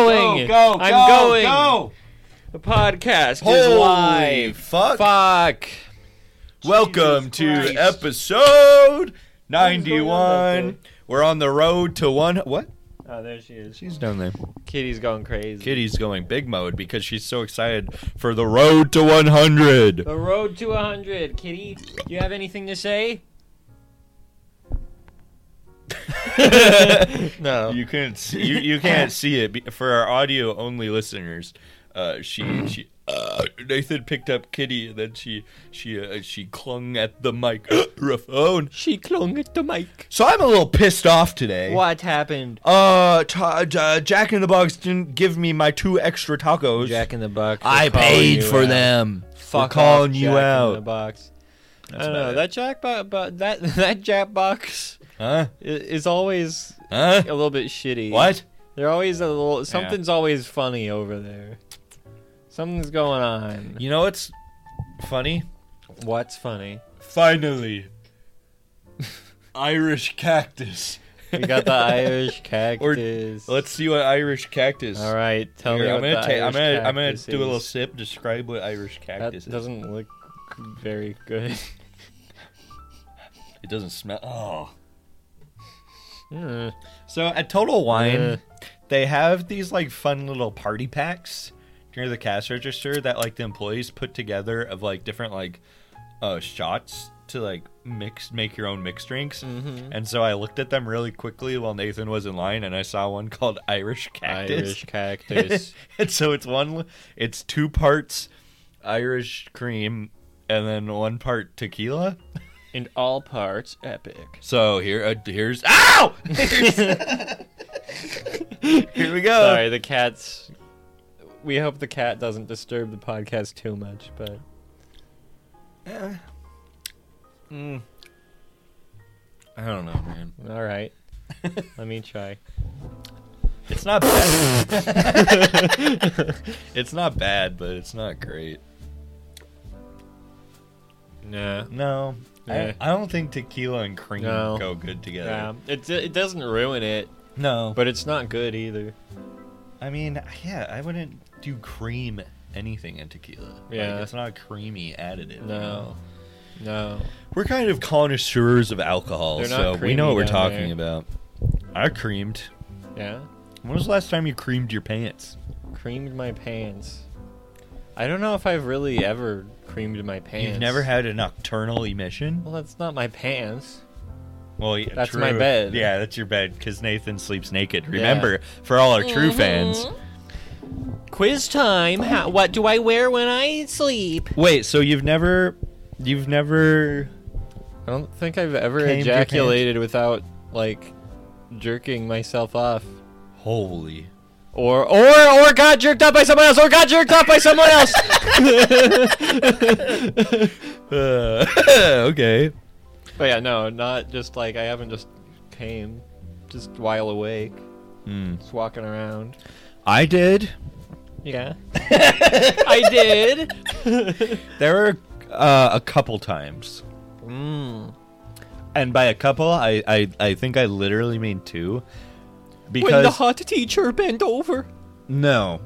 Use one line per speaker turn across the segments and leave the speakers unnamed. going.
Go,
I'm
go,
going.
go.
The podcast is
Holy
live.
fuck.
Fuck.
Welcome to
Christ.
episode
on back
91.
there?
We're on the road to one. What?
Oh, there she is.
She's down there.
Kitty's going crazy.
Kitty's going big mode because she's so excited for the road to 100.
The road to 100. Kitty, you have anything to say? no.
You couldn't see. You, you can't see it be- for our audio only listeners. Uh, she she uh, Nathan picked up Kitty and then she she uh, she clung at the microphone.
She clung at the mic.
So I'm a little pissed off today.
What happened?
Uh, ta- uh, Jack in the Box didn't give me my two extra tacos.
Jack in the box.
I paid for them.
Fuck
We're calling
off,
you
Jack
out.
In the box. I don't
about
know.
it.
That Jack bo- but that that Jack box
Huh?
i- is always
Huh?
a little bit shitty.
What?
They're always a little. Something's always funny over there. Something's going on.
You know what's funny?
What's funny?
Finally, Irish cactus.
We got the Irish cactus.
Let's see what Irish cactus.
All right, tell
Here,
me
I'm
what
gonna
the
ta- I'm
Irish
gonna I'm gonna
cactus
do a little
is.
sip. Describe what Irish
That
cactus is.
doesn't look very good.
It doesn't smell. Oh.
Mm.
So at Total Wine,
Yeah.
they have these like fun little party packs near the cash register that like the employees put together of like different like uh shots to like mix make your own mixed drinks.
Mm-hmm.
And so I looked at them really quickly while Nathan was in line and I saw one called Irish
Irish
Cactus.
cactus.
and so it's one it's two parts Irish cream and then one part tequila.
In all parts, epic.
So here uh, here's Ow! here we go.
Sorry, the cat's. We hope the cat doesn't disturb the podcast too much, but
Mm. I don't know, man.
all right. Let me try.
It's not bad. it's not bad, but it's not great.
Nah.
No.
Yeah.
I, I don't think tequila and cream
No.
go good together.
Yeah, it it doesn't ruin it,
No. But
but it's not good either.
I mean, yeah, I wouldn't do cream anything in tequila. Like,
Yeah.
it's not a creamy additive. you
No,
know?
no.
We're kind of connoisseurs of alcohol,
They're not
so we
creamy
know what we're
down
talking
there.
about. I creamed.
Yeah,
When was the last time you creamed your pants?
creamed my pants. I don't know if I've really ever creamed my pants.
You've never had a nocturnal emission?
Well, that's not my pants.
Well, yeah,
That's
true.
my bed.
Yeah, that's your bed because Nathan sleeps naked. Remember, for all our
Mm-hmm.
true fans.
Quiz time. How, what do I wear when I sleep?
Wait, so you've never, you've never.
I don't think I've ever
Came to your pants.
ejaculated without like jerking myself off.
Holy.
Or or or got jerked off by someone else or got jerked off by someone else.
Uh, okay.
But yeah, no, not just like I haven't just came, just while awake,
Hmm.
just walking around.
I did.
Yeah, I did.
There were uh, a couple times,
mm.
and by a couple, I, I, I think I literally mean two. Because
hot teacher bent over.
No,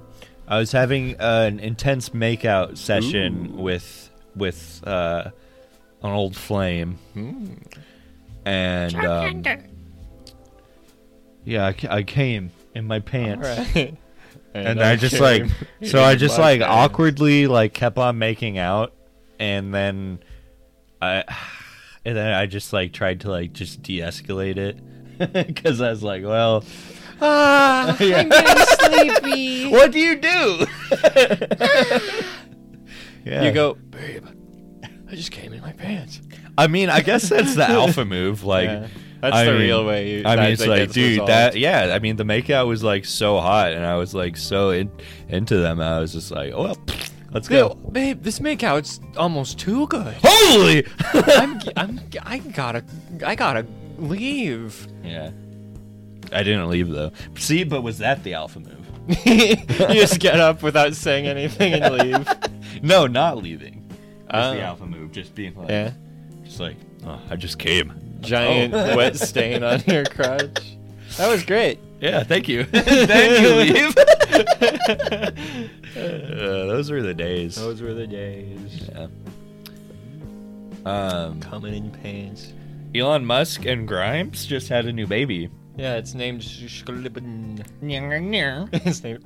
I was having uh, an intense makeout session with with uh, an old flame, and um, yeah, I, ca- I came in my pants,
Right.
and I, just like so I just like awkwardly like kept on making out, and then I and then I just like tried to like just de-escalate it because I was like, well,
Ah, I'm getting sleepy.
what do you do? yeah.
You go, babe. I just came in my pants.
I mean, I guess that's the alpha move. Like,
Yeah. That's
I
the
mean-
real way. You,
I mean,
that-
it's
that
like,
gets
dude,
resolved.
that yeah. I mean, the makeout was like so hot, and I was like so in, into them. I was just like, oh, well, let's
Bill,
go.
babe, this makeout's almost too good.
Holy!
I'm, I'm, I gotta, I gotta leave.
yeah, I didn't leave though. See, but was that the alpha move?
you just get up without saying anything and leave.
No, not leaving. Was
Oh.
the alpha move? Just being like,
Yeah.
just like, oh, I just came.
Giant
Oh.
wet stain on your crotch. That was great.
Yeah, thank you. then you leave. Uh, those were the days.
Those were the days.
Yeah. Um,
Coming in pants.
Elon Musk and Grimes just had a new baby.
Yeah, it's named Shklibbin.
yeah,
it's named.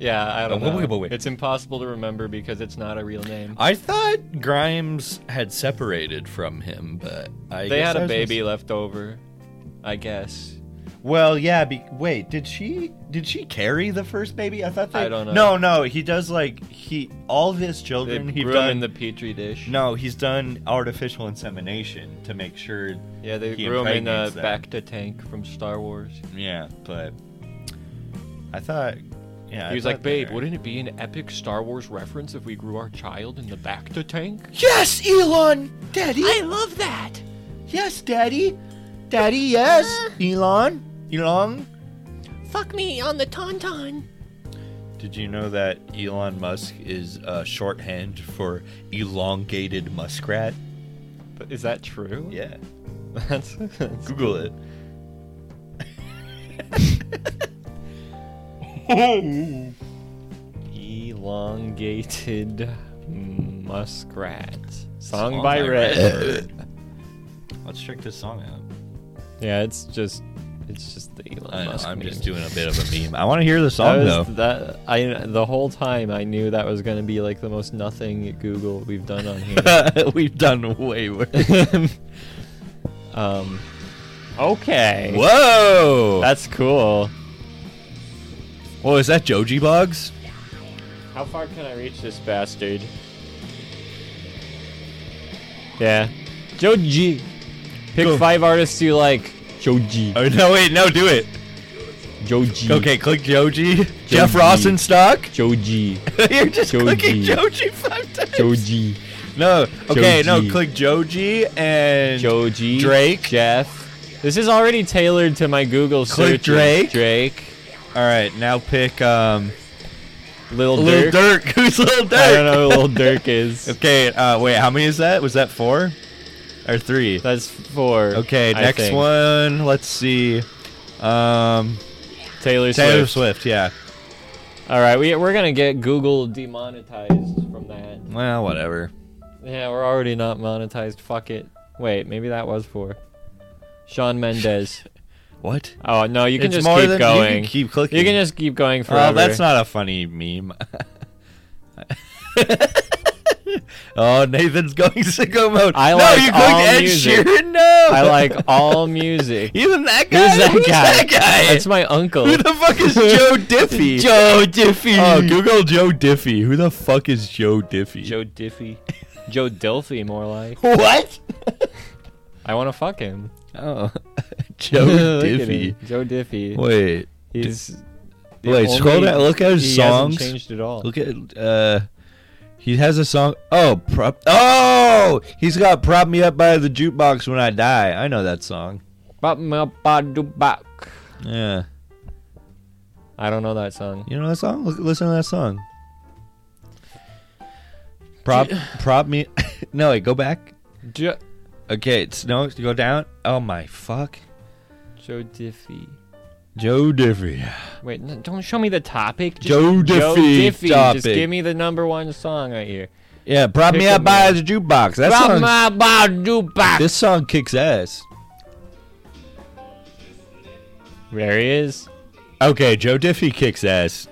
Yeah, I don't
Uh, wait,
know.
wait, wait, wait.
It's impossible to remember because it's not a real name.
I thought Grimes had separated from him, but I
they
guess
had
I
a
was
baby left over, I guess.
mis- well, yeah. Be- wait, did she did she carry the first baby? I thought they,
I don't know.
No, no. He does like he all of his
They
children. He
grew him
done
in the petri dish.
no. He's done artificial insemination to make sure.
yeah, they
he
grew him in the
impregnates them.
back to tank from Star Wars.
Yeah, but I thought. Yeah,
he
I
was like,
thought they
"Babe,
were-
wouldn't it be an epic Star Wars reference if we grew our child in the back to tank?"
Yes, Elon, Daddy.
love that.
Yes, Daddy. Daddy, yes. Elon. Elon.
Uh. Fuck me on the tauntaun.
Did you know that Elon Musk is uh, shorthand for elongated muskrat?
But is that true?
Yeah.
That's, that's-
Google it. oh.
elongated
Mm.
muskrat. Song,
Song
by
by
Red.
Let's check this song out.
yeah, it's just it's just the Elon
I know,
Musk.
I'm just
meme.
doing a bit of a meme. I want to hear the
That
song
was
though.
that I the whole time I knew that was gonna be like the most nothing Google we've done on here.
We've done way worse.
um, okay.
Whoa!
That's cool.
Whoa,
Oh,
is that Joji Bugs?
How far can I reach this bastard? Yeah. Joji. Pick
Go.
five artists you like. Joji.
Oh no! Wait, no, do it.
Joji.
Okay, click Joji. Jeff Ross in stock.
Joji.
You're just
Joji.
clicking Joji five times.
Joji.
No. Okay,
Joji.
no, click Joji and
Joji.
Drake.
Jeff. This is already tailored to my Google
Click
search.
Drake.
Drake.
All right, now pick um
Lil
Lil
Durk.
Dirk. Who's Lil Dirk?
I don't know who Lil Durk is.
okay, uh wait, how many is that? Was that 4 or 3?
That's four.
Okay,
I
next
think.
one. Let's see. Um
Taylor,
Taylor
Swift.
Swift, yeah.
All right, we, we're gonna get Google demonetized from that.
Well, whatever.
Yeah, we're already not monetized. Fuck it. Wait, maybe that was for Sean Mendez.
What?
oh no, you can
It's
just
more
keep
than- you can
going.
keep clicking.
You can just keep going
Oh,
forever.
that's not a funny meme. oh, Nathan's going sicko mode.
I
no,
like
you clicked
all
Ed
music.
Sheeran. No,
I like all music. Who's
Even that guy.
that
Who's
guy?
that guy?
That's my uncle.
Who the fuck is Joe Diffie?
Joe Diffie.
Oh, Google Joe Diffie. Who the fuck is Joe Diffie?
Joe Diffie. Joe Dilfy, more like.
what?
I want to fuck him.
Oh, Joe
Look at
Diffie.
him. Joe Diffie.
Wait,
He's. the
wait. Scroll
only-
down. Look at his
he
songs.
Hasn't changed at all.
Look at uh he has a song Oh, prop Oh, he's got prop me up by the jukebox when I die. I know that song.
Bop, bop, bop, do, bop.
Yeah.
I don't know that song.
You know that song? Look, listen to that song. Prop prop me No, wait, go back.
Jo-
Okay, it's no, go down. Oh my fuck.
Joe Diffie.
Joe Diffie.
Wait, no, don't show me the topic. Just
Joe
Joe
Diffie
Diffie.
topic.
Just give me the number one song right here.
Yeah, prop me
Pick
up
a
by
man.
the jukebox. That
Rock
song
my badu back.
This song kicks ass.
There he is.
Okay, Joe Diffie kicks ass.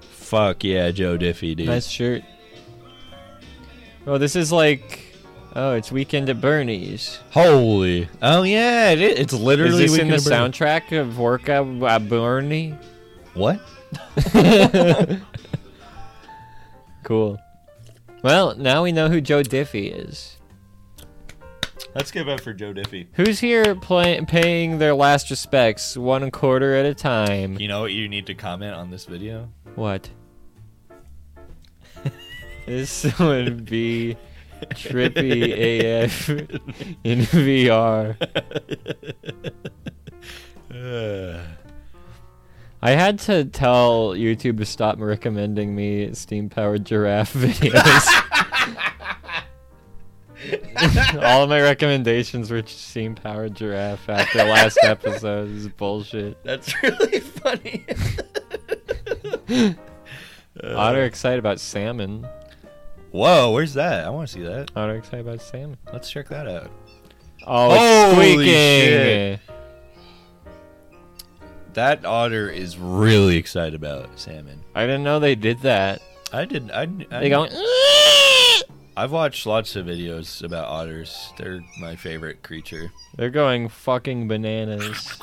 Fuck yeah, Joe Diffie, dude.
Nice shirt. Oh, this is like. Oh, it's Weekend at Bernie's.
Holy. Oh, yeah. It is. It's
Is
literally.
this in
Weekend
the
at Bernie-
soundtrack of Work at at Bernie?
What?
Cool. Well, now we know who Joe Diffie is.
Let's give up for Joe Diffie.
Who's here play- paying their last respects one quarter at a time?
You know what you need to comment on this video?
What? this would be trippy AF in VR.
Uh.
I had to tell YouTube to stop recommending me steam powered giraffe videos. All of my recommendations were steam powered giraffe after last episode. This is bullshit.
That's really funny.
Odd are excited about salmon.
Whoa, where's that? I want to see that.
Odd are excited about salmon.
Let's check that out.
Oh, it's
Holy
squeaking.
shit. That otter is really excited about salmon.
I didn't know they did that.
I didn't. I, didn't- I
They go.
I've watched lots of videos about otters. They're my favorite creature.
They're going fucking bananas.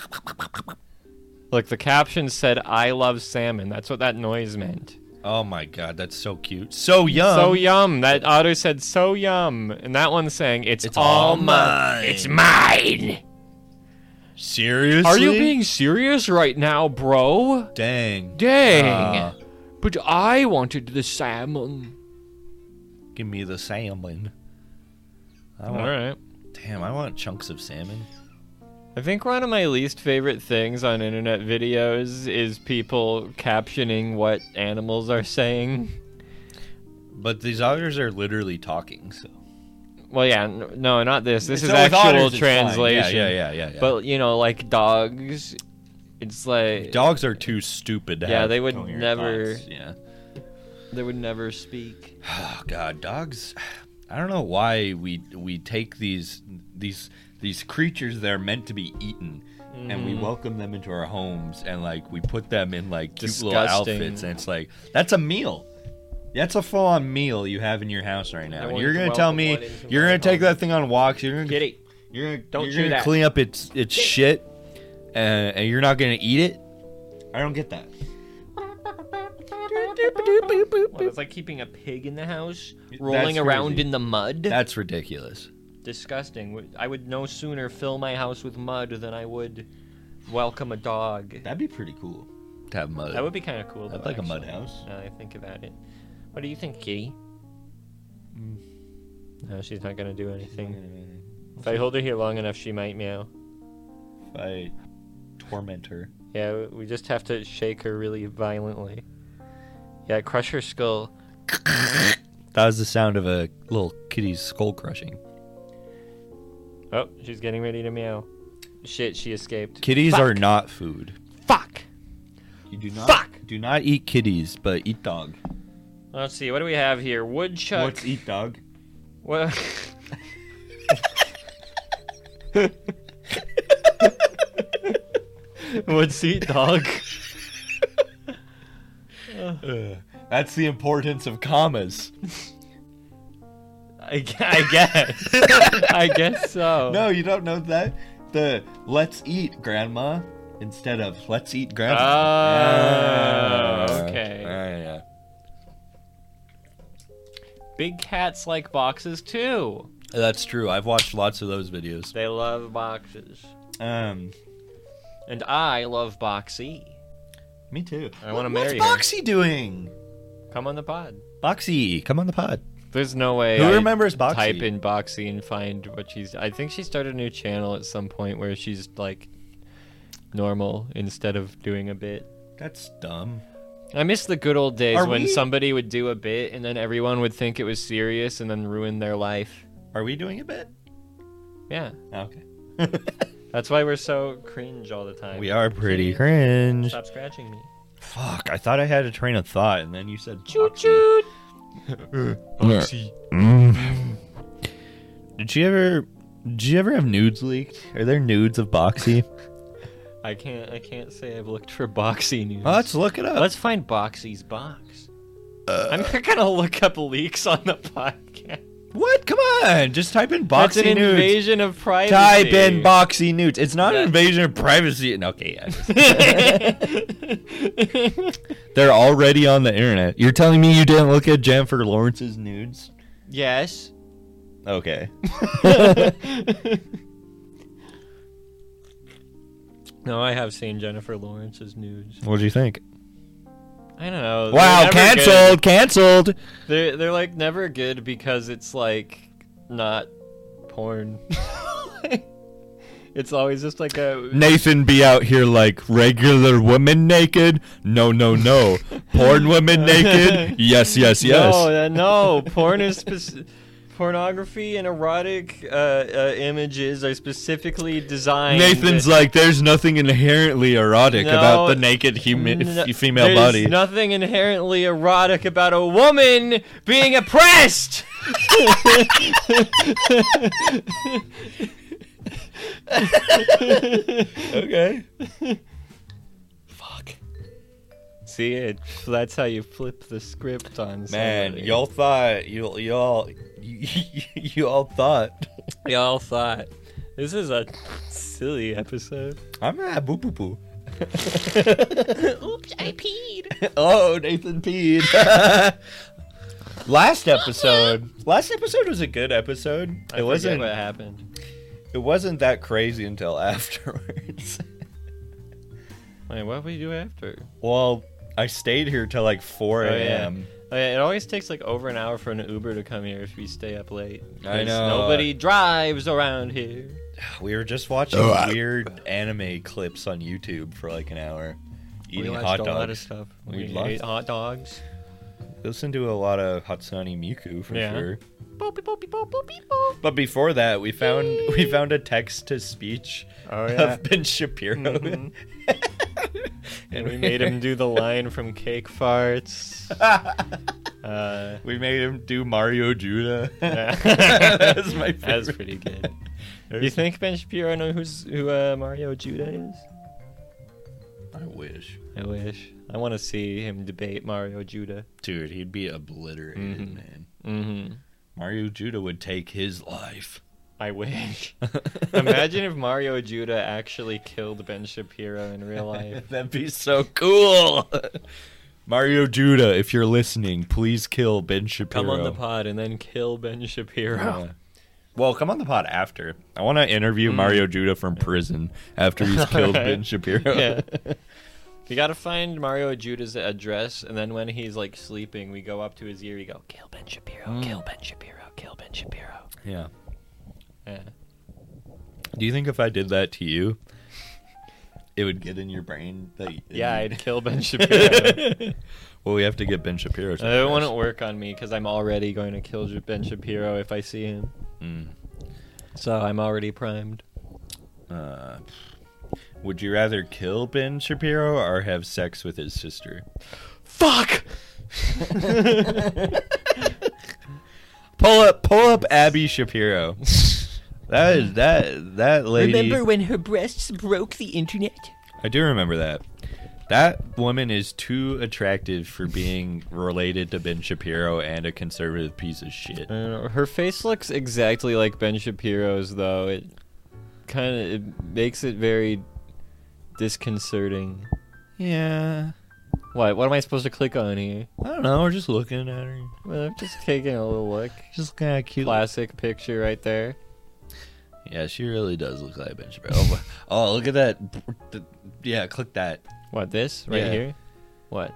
Look, the caption said, "I love salmon." That's what that noise meant.
Oh my god, that's so cute. So young.
So yum. That otter said, "So yum," and that one's saying, "It's,
It's all
all
mine."
mine. It's mine."
Seriously?
Are you being serious right now, bro?
Dang.
Dang.
Ah.
but I wanted the salmon.
Give me the salmon. I
All
want,
right.
Damn, I want chunks of salmon.
I think one of my least favorite things on internet videos is people captioning what animals are saying.
But these otters are literally talking, so.
Well, yeah, n- no, not this. This
So
is
with
actual
otters, it's fine.
translation.
Yeah, yeah, yeah, yeah, yeah.
But you know, like dogs, it's like
Dogs are too stupid to
Yeah,
have
they would
coherent
never-
thoughts, Yeah.
they would never speak.
Oh god, dogs. I don't know why we we take these these these creatures that are meant to be eaten and
Mm-hmm.
we welcome them into our homes and like we put them in like cute little
Disgusting.
outfits and it's like that's a meal. That's a full on meal you have in your house right now. And
wanted
you're
to
gonna tell
welcome
me
one into
you're
my
gonna take
home.
that thing on walks, you're gonna
Kitty,
you're gonna
Don't
you're
chew
gonna
that.
clean up its its shit and, and you're not gonna eat it? I don't get that.
Well, it's like keeping a pig in the house,
That's
rolling around
crazy.
in the mud.
That's ridiculous.
Disgusting. I would no sooner fill my house with mud than I would welcome a dog.
That'd be pretty cool to have mud.
That would be kind of cool.
I'd
though,
like a mud
actually,
house.
Now that I think about it. What do you think, Kitty? Mm. No, she's not gonna do anything. If I hold her here long enough, she might meow.
If I torment her.
Yeah, we just have to shake her really violently. Yeah, crush her skull.
That was the sound of a little kitty's skull crushing.
Oh, she's getting ready to meow. Shit, she escaped.
Kitties
Fuck.
are not food.
Fuck!
You do not
Fuck!
do not eat kitties, but eat dog.
Let's see, what do we have here? Woodchuck.
What's e- eat dog?
What? What's eat dog?
that's the importance of commas.
I, gu- I guess. I guess so.
No, you don't know that. The let's eat grandma instead of let's eat grandma.
Oh,
Yeah.
okay.
Ah. Yeah, yeah.
Big cats like boxes too.
That's true. I've watched lots of those videos.
They love boxes.
Um,
And I love Boxy.
me too.
I wanna
What-
marry her.
What's Boxy doing?
Come on the pod.
Boxy, come on the pod.
There's no way.
Who
I
remembers Boxy?
Type in Boxy and find what she's. I think she started a new channel at some point where she's like normal instead of doing a bit.
That's dumb.
I miss the good old days
Are
when
we-
somebody would do a bit and then everyone would think it was serious and then ruin their life.
Are we doing a bit?
Yeah,
Okay.
that's why we're so cringe all the time.
We are pretty cringe.
Stop scratching me.
Fuck, I thought I had a train of thought, and then you said
Choo
Boxy.
choo.
Mm. Did you ever? Did you ever have nudes leaked? Are there nudes of Boxy?
I can't. I can't say I've looked for Boxy news.
Let's look it up. Uh,
Let's find Boxy's box. I'm not gonna look up leaks on the podcast.
What? Come on! Just type in
That's
Boxy
an
nudes.
invasion of privacy.
Type in Boxy nudes. It's not an
That-
invasion of privacy. and- Okay, yeah, I guess.
box.
they're already on the internet. You're telling me you didn't look at Jennifer Lawrence's nudes?
yes.
Okay.
No, I have seen Jennifer Lawrence's nudes.
What do you think?
I don't know. they're
Wow!
never
Cancelled! Cancelled!
good. They're they're like never good because it's like not porn. it's always just like a
Nathan be out here like regular women naked? No, no, no. Porn women naked? Yes, yes, yes.
No, uh, no. Porn is spec- pornography and erotic uh, uh, images are specifically designed.
Nathan's like, there's nothing inherently erotic
No,
about the naked humi-
No-
f- female
there's
body.
nothing inherently erotic about a woman being oppressed.
okay. Fuck.
See, it, that's how you flip the script on
Man,
somebody.
y'all thought you y'all you, you all thought
y'all thought this is a silly episode.
I'm a boo boo boo.
Oops, I peed.
Oh, Nathan peed. last episode. Last episode was a good episode.
I
It
forget
wasn't
what happened.
it wasn't that crazy until afterwards.
Wait, what we do after?
well, I stayed here till like 4
Oh, yeah.
a.m.
Oh, yeah, it always takes like over an hour for an Uber to come here if we stay up late.
I
'Cause
know.
Nobody drives around here.
We were just watching
Oh, I-
weird anime clips on YouTube for like an hour. Eating
we watched
hot
a
dogs.
lot of stuff.
We
We,
loved-
ate hot dogs.
Listen to a lot of Hatsune Miku for
Yeah.
sure.
Boopy boopy boop boopy boop.
But before that, we found we found a text to speech
Oh
of Ben Shapiro,
Mhm. and we made him do the line from Cake Farts. Uh,
we made him do Mario Judah.
yeah.
That's my favorite.
That's pretty good. You think Ben Shapiro know who's who uh, Mario Judah is?
I wish,
I wish. I want to see him debate Mario Judah.
dude, he'd be obliterated,
Mhm.
man.
Mm-hmm.
Mario Judah would take his life.
I wish. Imagine if Mario Judah actually killed Ben Shapiro in real life.
That'd be so cool. Mario Judah, if you're listening, please kill Ben Shapiro.
Come on the pod and then kill Ben Shapiro.
Yeah. Well, come on the pod after. I want to interview Mario Judah from prison after he's killed Ben Shapiro.
Yeah. We gotta find Mario Judah's address, and then when he's like sleeping, we go up to his ear. We go, "Kill Ben Shapiro! Kill Ben Shapiro! Kill Ben Shapiro!"
Yeah.
Yeah.
Do you think if I did that to you, it would get in your brain? That
Yeah, I'd kill Ben Shapiro.
well, we have to get Ben Shapiro.
Uh, It wouldn't work on me because I'm already going to kill J- Ben Shapiro if I see him.
Mm.
So I'm already primed.
Uh, would you rather kill Ben Shapiro or have sex with his sister?
Fuck!
Pull up, pull up Abby Shapiro. That is that that lady.
Remember when her breasts broke the internet?
I do remember that. That woman is too attractive for being related to Ben Shapiro and a conservative piece of shit.
I don't know. Her face looks exactly like Ben Shapiro's, though. It kind of it makes it very disconcerting.
Yeah.
What? What am I supposed to click on here?
I don't know. We're just looking at her.
Well, I'm just taking a little look.
Just kind of cute.
Classic picture right there.
Yeah, she really does look like Ben Shapiro. Oh, oh, look at that. Yeah, click that.
What this right
Yeah.
here? What?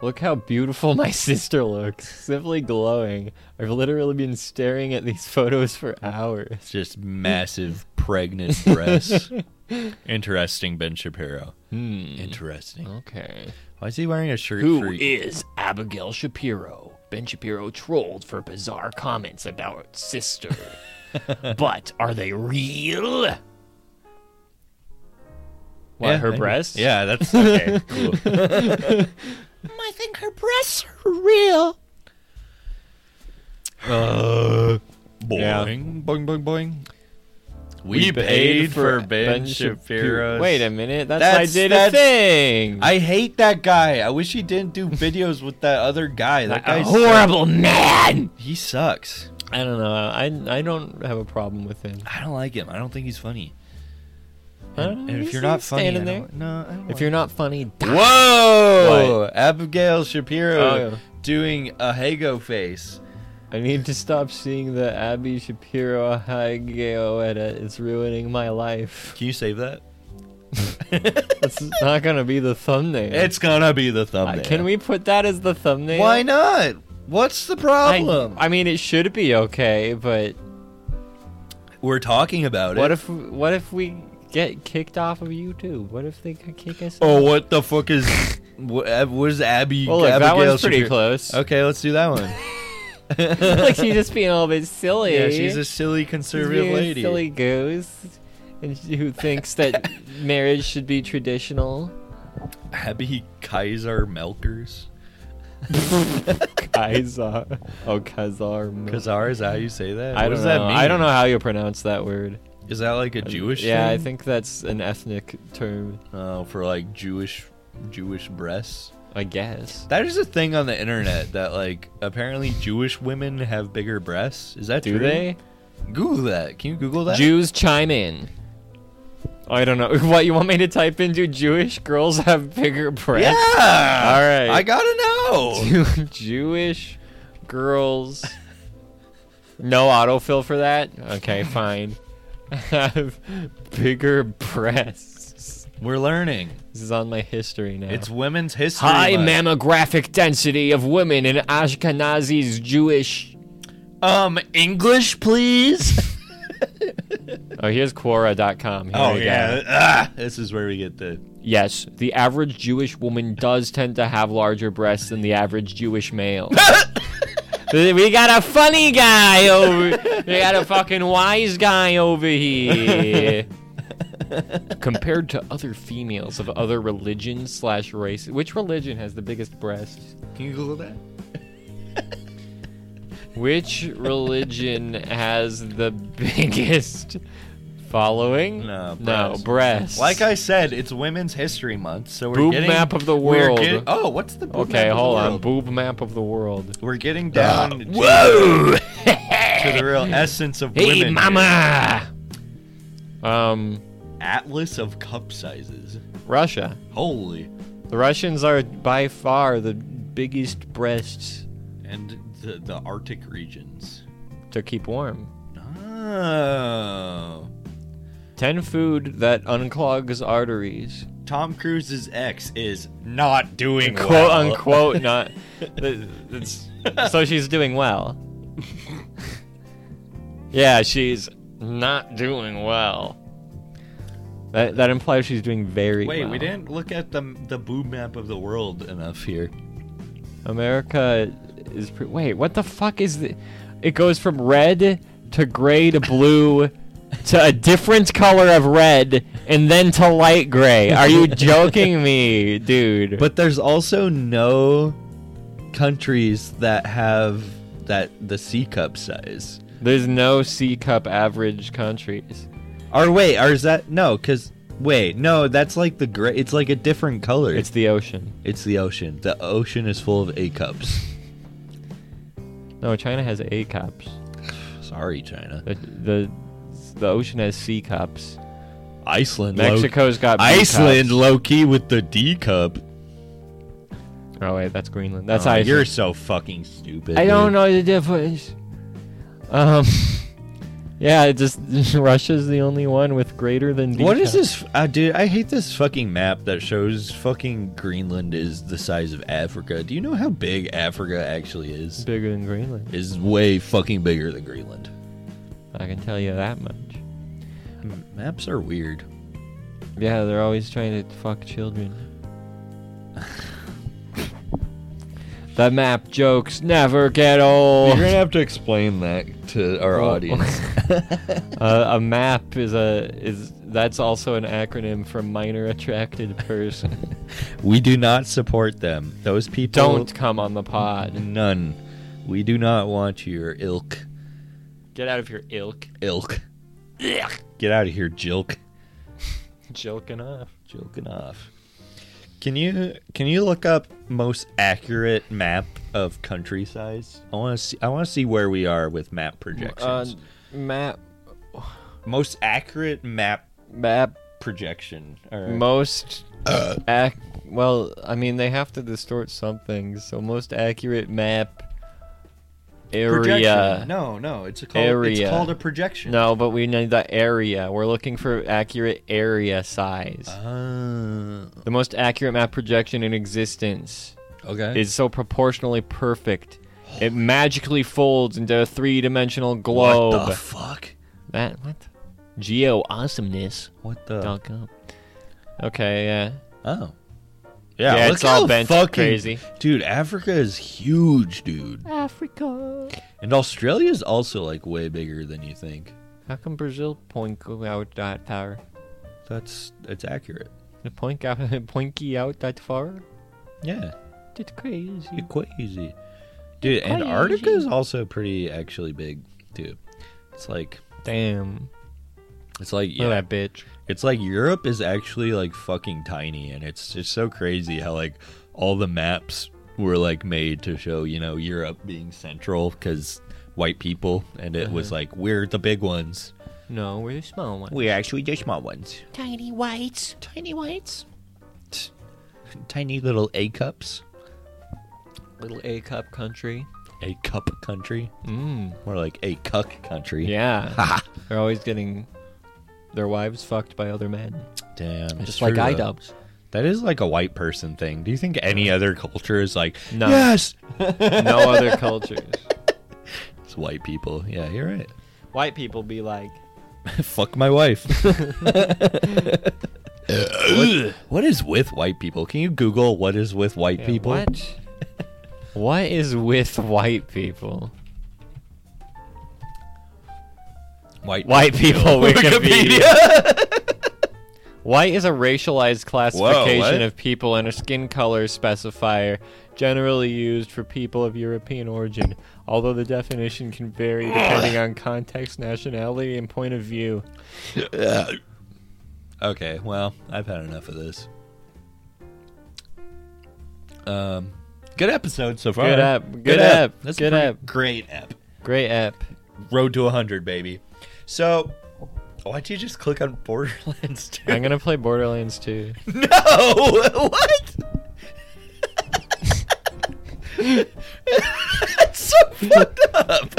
Look how beautiful my sister looks. Simply glowing. I've literally been staring at these photos for hours.
It's just massive pregnant breasts. Interesting, Ben Shapiro.
Hmm.
Interesting.
Okay.
Why is he wearing a shirt?
Who
for...
is Abigail Shapiro? Ben Shapiro trolled for bizarre comments about sister. but are they real?
What?
Yeah,
her
I-
breasts?
Yeah, that's okay. cool.
I think her breasts are real.
Uh,
Yeah.
boing, boing, boing. We, paid, for Ben, Shapiro.
Wait a minute. That's,
That's-
I did
that's-
a thing.
I hate that guy. I wish he didn't do videos with that other guy. That guy
A
horrible.
horrible man.
He sucks.
I don't know. I I don't have a problem with him.
I don't like him. I don't think he's funny.
I don't
And
know,
if
he's-
you're not
he's
funny,
Uh, standing
I
there.
don't- no, I don't
If
like
you're not funny, die.
Whoa! Oh, Abigail Shapiro
Oh, yeah.
doing a Hago face.
I need to stop seeing the Abby Shapiro Hageo edit. It's ruining my life.
Can you save that?
It's not gonna be the thumbnail.
it's gonna be the
Uh,
thumbnail.
Can we put that as the thumbnail?
Why not? What's the
I,
problem?
I mean, it should be okay, but
We're talking about
what
it.
if what if we get kicked off of YouTube? What if they could kick us?
oh,
off?
what the fuck is? what, what is Abby?
well, look, that
Abigail
one's pretty
Shapiro-
close.
Okay, let's do that one.
like she's just being a little bit silly.
Yeah, she's a silly
She's
conservative
being a
lady.
silly goose, and she- who thinks that marriage should be traditional.
Abby Kaiser Melkers.
Kaiser. Oh, Kazar.
Kazar is that how you say that? what
I don't
does
know.
that mean?
I don't know how you pronounce that word.
Is that like a Jewish?
Yeah, I
thing?
think that's an ethnic term.
Oh, for like Jewish, Jewish breasts.
I guess.
That is a thing on the internet that like apparently Jewish women have bigger breasts. Is that
Do
true?
they?
Google that. Can you Google that?
Jews chime in.
I don't know. What you want me to type in? Do Jewish girls have bigger
yeah.
breasts? All right.
I gotta know.
Do Jewish girls. No autofill for that. Okay, fine. Have bigger breasts.
We're learning.
This is on my history now.
It's Women's History
High
Month.
mammographic density of women in Ashkenazi's Jewish.
Um, English, please.
oh, here's Quora.com. Here
oh
we go.
yeah. Ah, this is where we get the.
Yes, the average Jewish woman does tend to have larger breasts than the average Jewish male.
We got a funny guy over. we got a fucking wise guy over here.
compared to other females of other religions slash races.
Which religion has the biggest breasts?
Can you Google that?
Which religion has the biggest following?
No,
no,
breasts.
breasts.
Like I said, it's Women's History Month, so we're
Boob
getting
map of the
we're
world.
get- oh, what's the boob
okay,
map of the
hold on.
world?
Boob map of the world.
We're getting down to,
Whoa!
to the real essence of
Hey,
women.
mama!
Um,
here. Atlas of cup sizes.
Russia.
Holy.
The Russians are by far the biggest breasts
And the, the Arctic regions.
to keep warm.
Oh.
10 food that unclogs arteries.
Tom Cruise's ex is not doing
Quote
well.
unquote, not. th- it's- so she's doing well. yeah, she's not doing well. That, that implies she's doing very
Wait,
well.
we didn't look at the the boob map of the world enough here.
America is. Pre- Wait, what the fuck is the? It goes from red to gray to blue to a different color of red and then to light gray. Are you joking me, dude?
But there's also no countries that have that the C cup size.
there's no C cup average countries.
Or wait, or is that no? Because wait, no, that's like the gray. It's like a different color.
It's the ocean.
it's the ocean. The ocean is full of A cups.
No, China has A cups.
Sorry, China.
The the, the ocean has C cups.
Iceland. low-
Mexico's got B
Iceland,
cups.
low key with the D cup.
Oh wait, that's Greenland. That's
Oh,
Iceland.
You're so fucking stupid.
I don't
dude.
know the difference. Um, yeah, it just Russia's the only one with greater than.
What is
decaf.
this, uh, dude? I hate this fucking map that shows fucking Greenland is the size of Africa. Do you know how big Africa actually is?
Bigger than Greenland.
Is way fucking bigger than Greenland.
I can tell you that much. Hmm.
Maps are weird.
Yeah, they're always trying to fuck children. the map jokes never get
You're
old.
gonna have to explain that to our
Well-
audience.
Uh, a map is a is that's also an acronym for minor attracted person.
we do not support them. Those people
Don't come on the pod.
None. We do not want your ilk.
Get out of your ilk.
Ilk. Get out of here, jilk.
Joking off.
Joking off. Can you can you look up most accurate map of country size? I want to see I want to see where we are with map
Uh,
projections.
map
most accurate map
map
projection. Or
most ac- well i mean they have to distort something so most accurate map area
projection. No, no, it's called
Area.
it's called a projection.
no but we need the area we're looking for accurate area size
Uh. Oh.
the most accurate map projection in existence
okay.
is so proportionally perfect it magically folds into a three-dimensional globe
what the fuck?
that what geo awesomeness
What the
oh. uh, dot com okay yeah
Oh. Yeah,
Yeah,
look
it's all
how
bent
fucking,
crazy.
dude. Africa is huge, dude,
Africa.
and Australia is also like way bigger than you think.
How come Brazil point go out that far?
That's that's accurate.
The point out, pointy out that far?
Yeah,
That's crazy.
you're crazy, dude. Antarctica is also pretty actually big, too. It's like
Damn.
it's like
Look
yeah,
at that bitch.
It's like Europe is actually like fucking tiny, and it's it's so crazy how like all the maps were like made to show you know Europe being central because white people, and it was like we're the big ones.
No, we're the small one.
We're actually the small ones,
Tiny whites. Tiny whites.
tiny little A cups,
Little A cup country.
A cup country,
Mmm.
more like a cuck country.
Yeah. They're always getting their wives fucked by other men.
damn,
Just
it's
like
true,
I
though.
dubs.
That is like a white person thing. Do you think any other culture is like
No.
yes?
No other cultures.
It's white people. Yeah, you're right.
White people be like,
Fuck my wife. What- what is with white people? Can you Google what is with white
"Yeah,
people?
What? what is with white people?
White.
White people, Wikipedia. White is a racialized classification
what?
of people and a skin color specifier generally used for people of European origin, although the definition can vary depending on context, nationality, and point of view.
Okay, well, I've had enough of this. Um, good episode so far.
Good app, good
app.
app,
That's a
good
pretty
app.
Great app.
Great app.
Road to 100, baby. So, why'd you just click on Borderlands 2?
I'm gonna play Borderlands 2.
No! What? That's so fucked up.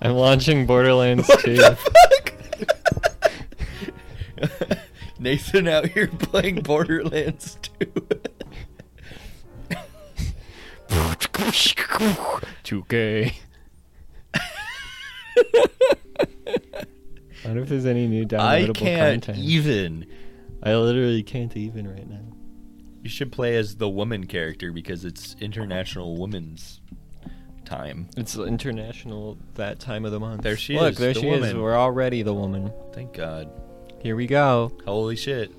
I'm launching Borderlands 2.
fuck? Nathan out here playing Borderlands 2.
Two K. I wonder if there's any new
I
downloadable
can't e-
content.
even.
I literally can't even right now.
You should play as the woman character because it's International Women's Time.
It's international that time of the month.
There she
Look,
is,
there
the
she is.
woman.
We're already the woman.
Thank God.
Here we go.
Holy shit.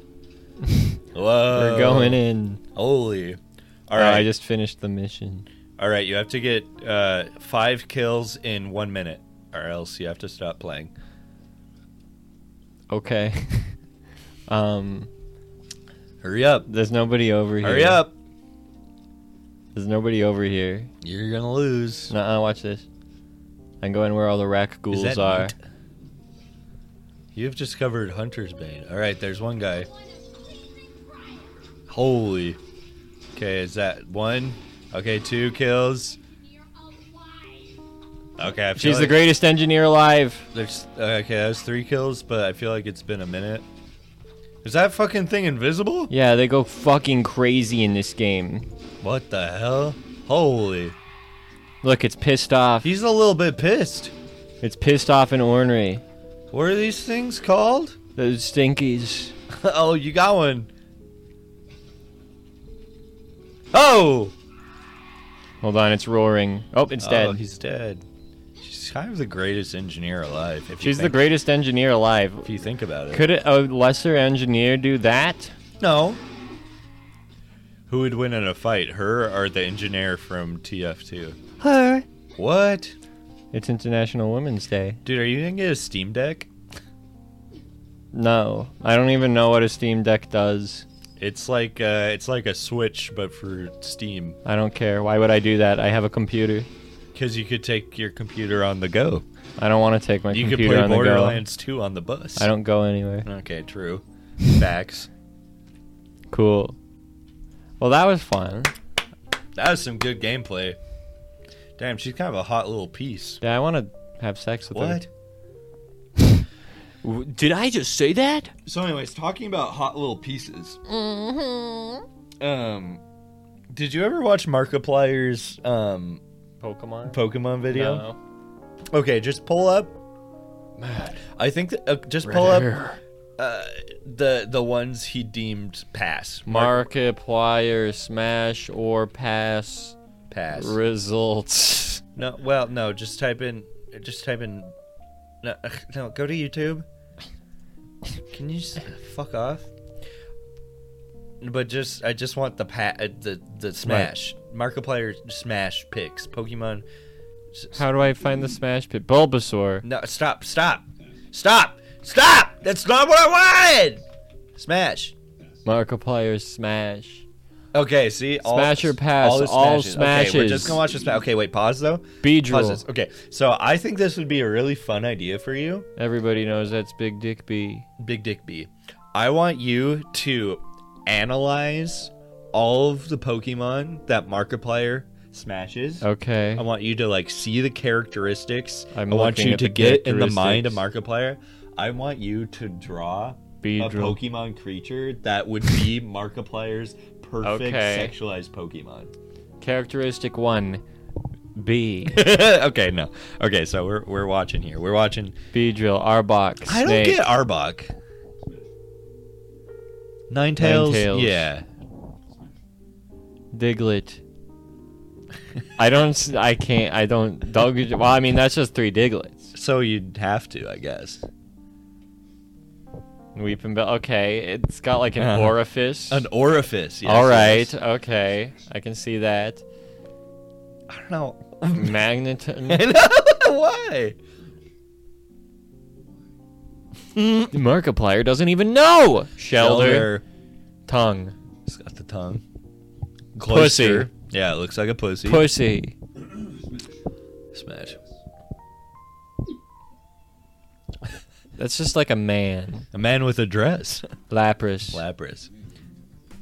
Whoa.
We're going in.
Holy. Uh, All
Oh,
right.
I just finished the mission.
All right, you have to get uh, five kills in one minute, or else you have to stop playing.
Okay. um,
Hurry up!
there's nobody over here.
Hurry up!
There's nobody over here.
You're gonna lose.
Nuh-uh, watch this. I'm going where all the rack
Is
ghouls
that
are.
neat? You've discovered Hunter's Bane. All right, there's one guy. Holy. Okay, is that one? Okay, two kills. Okay, I feel
She's the
like
greatest engineer alive.
There's okay, that's three kills, but I feel like it's been a minute. Is that fucking thing invisible?
Yeah, they go fucking crazy in this game.
What the hell? Holy.
Look, it's pissed off.
He's a little bit pissed.
It's pissed off and ornery.
What are these things called?
Those stinkies.
oh, you got one. Oh!
Hold on, it's roaring. Oh, it's
Oh,
dead.
he's dead. She's kind of the greatest engineer alive. If you
She's the
think,
greatest engineer alive.
If you think about it.
Could a lesser engineer do that?
no. Who would win in a fight, her or the engineer from TF2?
Her.
What?
It's International Women's Day.
Dude, are you gonna get a Steam Deck?
No, I don't even know what a Steam Deck does.
It's like uh, it's like a Switch, but for Steam,
I don't care. Why would I do that? I have a computer.
because you could take your computer on the go.
I don't want to take my
You could
computer
play
on the go.
Borderlands 2 on the bus.
I don't go anywhere.
Okay, true. Facts.
Cool. Well, that was fun.
That was some good gameplay. Damn, she's kind of a hot little piece.
Yeah, I want to have sex with her.
What?
W- Did I just say that?
So, anyways, talking about hot little pieces. Um, did you ever watch Markiplier's um
Pokemon?
Pokemon video?
No.
Okay, just pull up. I think that, uh, just pull up uh, the the ones he deemed pass.
Markiplier, smash or pass
pass.
results.
no, well, no. Just type in. Just type in. No, ugh, no. Go to YouTube. Can you just fuck off? But just, I just want the pa- uh, the the smash Markiplier smash picks Pokemon. s- s-
How do I find the smash pit? Bulbasaur.
No, stop, stop, stop, stop! That's not what I wanted. Smash.
Markiplier, smash.
Okay, see, all,
Smash or pass,
the
all
Okay, we're
smashes.
just gonna watch this. Okay, wait, pause though. Pause this.
Beedrill.
Okay, so I think this would be a really fun idea for you,
Everybody knows that's Big Dick B.
Big Dick B. I want you to analyze all of the Pokemon that Markiplier smashes.
Okay.
I want you to like see the characteristics.
I'm
I want
looking
you
at
to
the
get in the mind of
characteristics.
Markiplier. I want you to draw a
Beedrill.
Pokemon creature that would be Markiplier's perfect
Okay.
sexualized Pokemon.
Characteristic one. B.
okay, no. Okay, so we're we're watching here. We're watching.
Beedrill, Arbok,
I don't
Snake.
get Arbok. Nine tails.
Ninetales.
Yeah.
Diglett. I don't. s- I can't. I don't. Dog, well, I mean, that's just three Diglets.
So you'd have to, I guess.
Weeping Bell. Okay, it's got like an
Uh-huh.
orifice.
An orifice. Yes,
All right.
yes.
Okay, I can see that.
I don't know.
Magneton.
I don't know why.
Markiplier doesn't even know. Shelter. Tongue.
It's got the tongue.
Pussy.
Cloister. Yeah, it looks like a pussy.
Pussy.
Smash.
That's just like a man.
A man with a dress.
Lapras.
Lapras.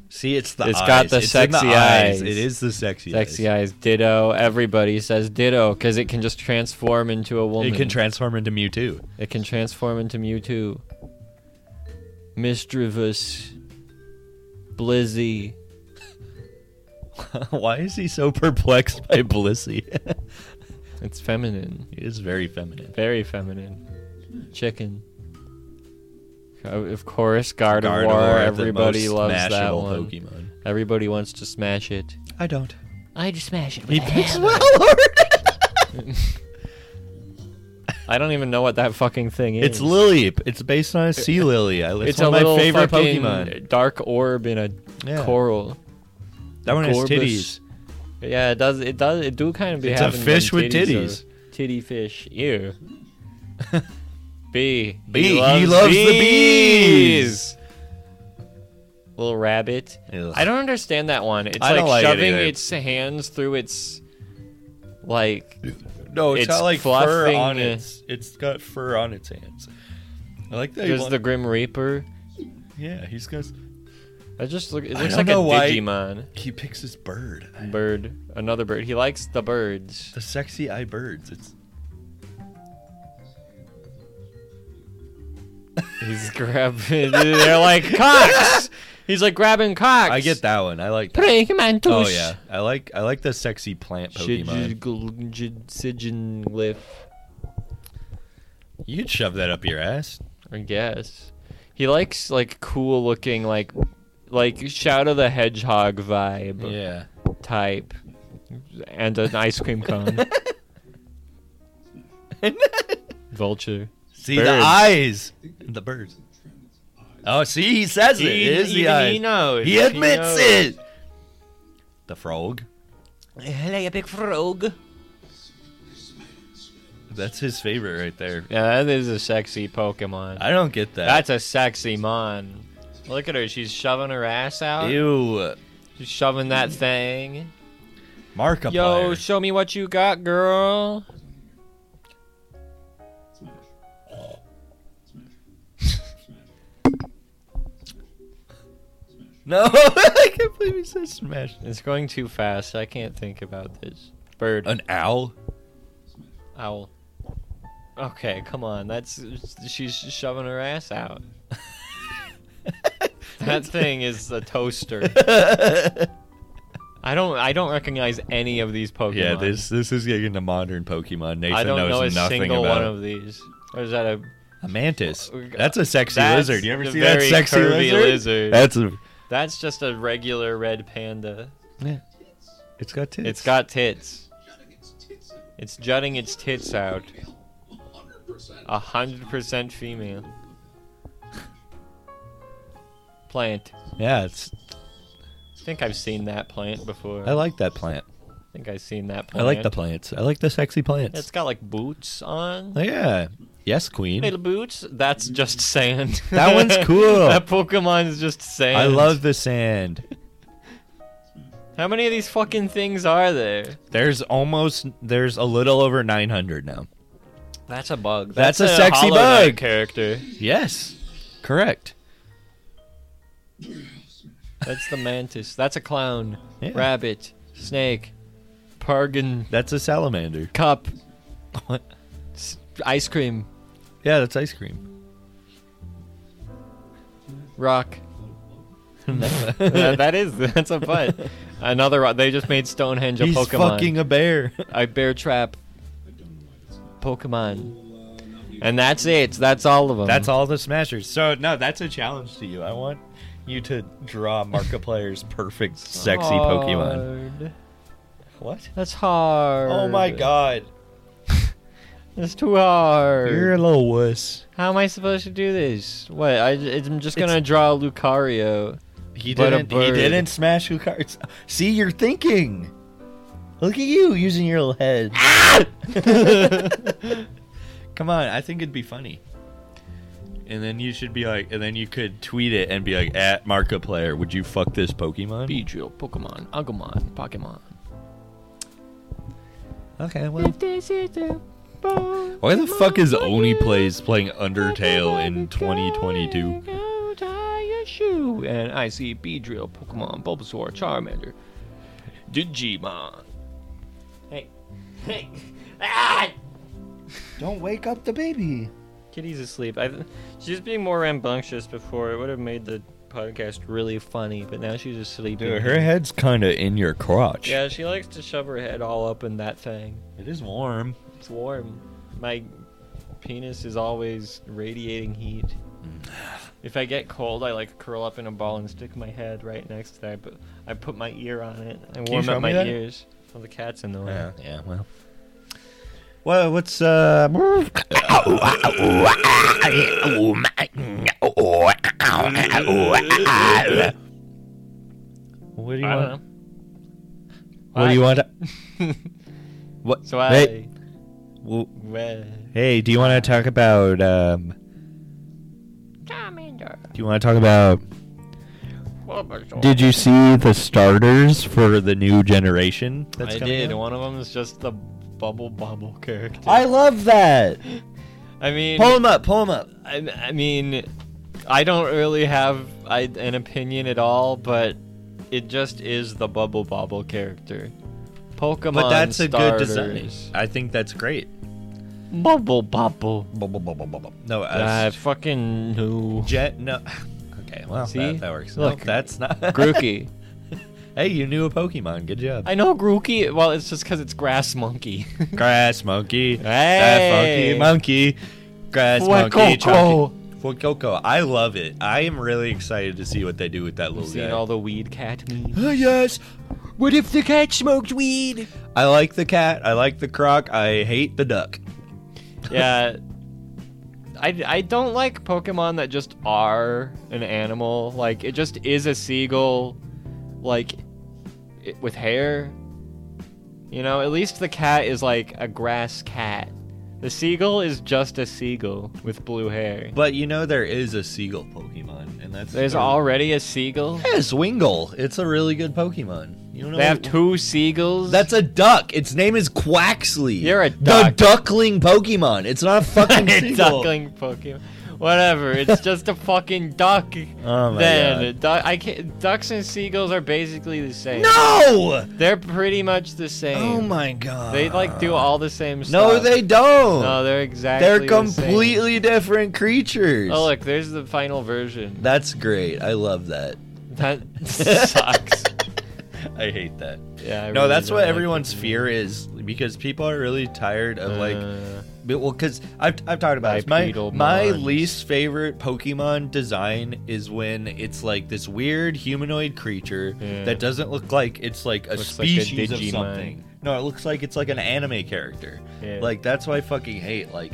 See, it's the
It's
eyes.
got the
It's in
sexy eyes.
It is the sexy,
Sexy eyes. Ditto. Everybody says ditto because it can just transform into a woman.
It can transform into Mewtwo.
It can transform into Mewtwo. Mischievous. Blizzy.
Why is he so perplexed by Blissey?
It's feminine.
he is very feminine.
Very feminine. Chicken. Uh, Of course, Gardevoir.
Gardevoir, the
everybody
most
loves that
smashable
one.
Pokemon.
Everybody wants to smash it.
I don't.
I just smash it.
He
with a
picks
hammer.
well.
I don't even know what that fucking thing is.
It's Lily. It's based on a sea lily. I- It's,
It's
one
a
of my
little
favorite
fucking
Pokemon.
dark orb in a
Yeah.
coral.
That one has
Gorbus.
titties.
Yeah, it does. It does. It do kind of be.
It's a
having them
fish with
titties.
titties.
though. Titty fish. Ew. B.
Bee. He loves the bees.
Little rabbit.
Ugh.
I don't understand that one. It's
I
like,
don't like it
shoving
either.
its hands through its, like,
No, it's
It's
got like fur
fluffing,
on
uh,
its. It's got fur on its hands. I like that. he
there's
wa-
the Grim Reaper.
yeah, he's got.
I just look. It
I
looks
don't
like a
know why-
Digimon
He picks his bird.
bird. Another bird. He likes the birds.
The sexy eye birds. It's
He's grabbing. They're like cocks. He's like grabbing cocks.
I get that one. I like. That.
Pray, mantus.
Oh yeah, I like I like the sexy plant Pokemon.
Pokemon.
You'd shove that up your ass.
I guess. He likes like cool looking like like Shadow the Hedgehog vibe
Yeah.
type. And an ice cream cone. Vulture.
See
Birds.
the eyes. The birds. Oh, see, he says it. It is the eyes.
he knows.
He admits
knows.
it. The frog.
Hello, big frog.
That's his favorite right there.
Yeah, that is a sexy Pokemon.
I don't get that.
That's a sexy mon. Look at her. She's shoving her ass out.
Ew.
She's shoving that thing.
Markiplier.
Yo, show me what you got, girl.
no, I can't believe he says smash.
It's going too fast. I can't think about this. Bird.
An owl.
Owl. Okay, come on. That's she's shoving her ass out. that thing is a toaster. I don't. I don't recognize any of these Pokemon.
Yeah, this this is getting the modern Pokemon. Nathan
I don't
knows
know a
nothing
single
about
one of these. Or is that a
A mantis.
Oh, God.
That's a sexy
That's
lizard. You ever
the
see that
very
sexy
curvy
lizard?
lizard.
That's a.
That's just a regular red panda.
Yeah. It's got tits.
It's got tits. It's jutting its tits out. A hundred percent female. Plant.
Yeah, it's.
I think I've seen that plant before.
I like that plant.
I think I've seen that
I
plant.
like the plants. I like the sexy plants. Oh,
It's got like boots on.
yeah. Yes, queen.
Little boots. That's just sand.
That one's cool.
that Pokemon is just sand.
I love the sand.
How many of these fucking things are there?
There's almost there's a little over 900 now.
That's a bug.
That's a sexy
Hollow Knight
bug.
character.
Yes. Correct.
That's the mantis. That's a clown.
Yeah.
Rabbit. Snake. Pargan.
That's a salamander.
Cup.
What?
S- ice cream.
Yeah, that's ice cream.
Rock. Uh, that is. That's a butt. Another rock. They just made Stonehenge a
He's
Pokemon.
fucking a bear.
a bear trap. Pokemon. And that's it. That's all of them.
That's all the smashers. So no, that's a challenge to you. I want you to draw Markiplier's perfect sexy Pokemon.
Hard.
What?
That's hard.
Oh my god.
That's too hard.
You're a little wuss.
How am I supposed to do this? What? I, I'm just gonna draw Lucario.
He
But a
didn't. He
bird.
didn't smash who cards. See, you're thinking. Look at you using your little head. Come on, I think it'd be funny. And then you should be like, and then you could tweet it and be like, at Markiplier, would you fuck this Pokemon?
Beedrill, Pokemon, Agumon, Pokemon.
Okay, well. Why the fuck is Oni Plays playing Undertale in 2022?
Go tie your shoe. And I see Beedrill, Pokemon, Bulbasaur, Charmander, Digimon.
Hey, hey, ah!
Don't wake up the baby.
Kitty's asleep. I, she's being more rambunctious before. It would have made the podcast really funny, but now she's asleep.
Dude, her head's kind of in your crotch.
Yeah, she likes to shove her head all up in that thing.
It is warm.
It's warm. My penis is always radiating heat.
Mm.
If I get cold, I like curl up in a ball and stick my head right next to that. But I put my ear on it. I warm
show
up
me
my
that?
ears. Well, the cat's in the way.
Yeah, yeah, well. Well, what's uh What do you
I don't
want?
know.
What do you want? to- what?
So
Hey,
I.
w-
Well,
hey, do you want to talk about? Um, do
Charmander,
you want to talk about?
Bulbasaur.
Did you see the starters for the new generation?
I
coming
did.
out?
One of them is just the bubble bubble character.
I love that.
I mean,
Pull them up. Pull them up.
I, I mean, I don't really have I, an opinion at all, but it just is the Bubble Bobble character. Pokemon.
But that's a good
starters.
design. I think that's great.
Bubble Bobble.
Blah, blah, blah, blah, blah, blah. No,
I
uh,
fucking knew.
jet. No. Okay, well,
See?
That, that works.
Look.
no, that's not.
Grookey.
hey, you knew a Pokemon. Good job.
I know Grookey. Well, it's just because it's grass monkey.
Grass monkey.
Hey.
That monkey monkey. Grass monkey.
Fuecoco.
For Coco, I love it. I am really excited to see what they do with that little
Seen
guy.
all the weed cat memes.
Oh, yes.
What if the cat smoked weed?
I like the cat. I like the croc. I hate the duck.
yeah. I, I don't like Pokemon that just are an animal. Like, it just is a seagull, like, it, with hair. You know, at least the cat is like a grass cat. The seagull is just a seagull with blue hair.
But you know there is a seagull Pokemon, and that's
There's already a seagull.
Yes, Wingull. It's a really good Pokemon. You know
They have two seagulls.
That's a duck. Its name is Quaxley.
You're a
The
duck.
duckling Pokemon. It's not a fucking
a
seagull.
duckling Pokemon. Whatever. It's just a fucking duck.
Oh my
then a duck. I can't, ducks and seagulls are basically the same.
No!
They're pretty much the same.
Oh my god.
They like do all the same
No,
stuff.
they don't.
No, they're exactly.
They're
the same.
completely different creatures.
Oh look, there's the final version.
That's great. I love that.
That sucks.
I hate that.
Yeah. I
no,
really
that's
don't
like
what everyone's fear is because people are really tired of
like.
like
Uh,
But, well, because I've, I've talked about this. My,
Bipedal
my
Mons.
least favorite Pokemon design is when it's like this weird humanoid creature
Yeah.
that doesn't look like it's like a
Looks like a
species of
Digimon.
something. No, it looks like it's like an anime character.
Yeah.
Like that's why I fucking hate like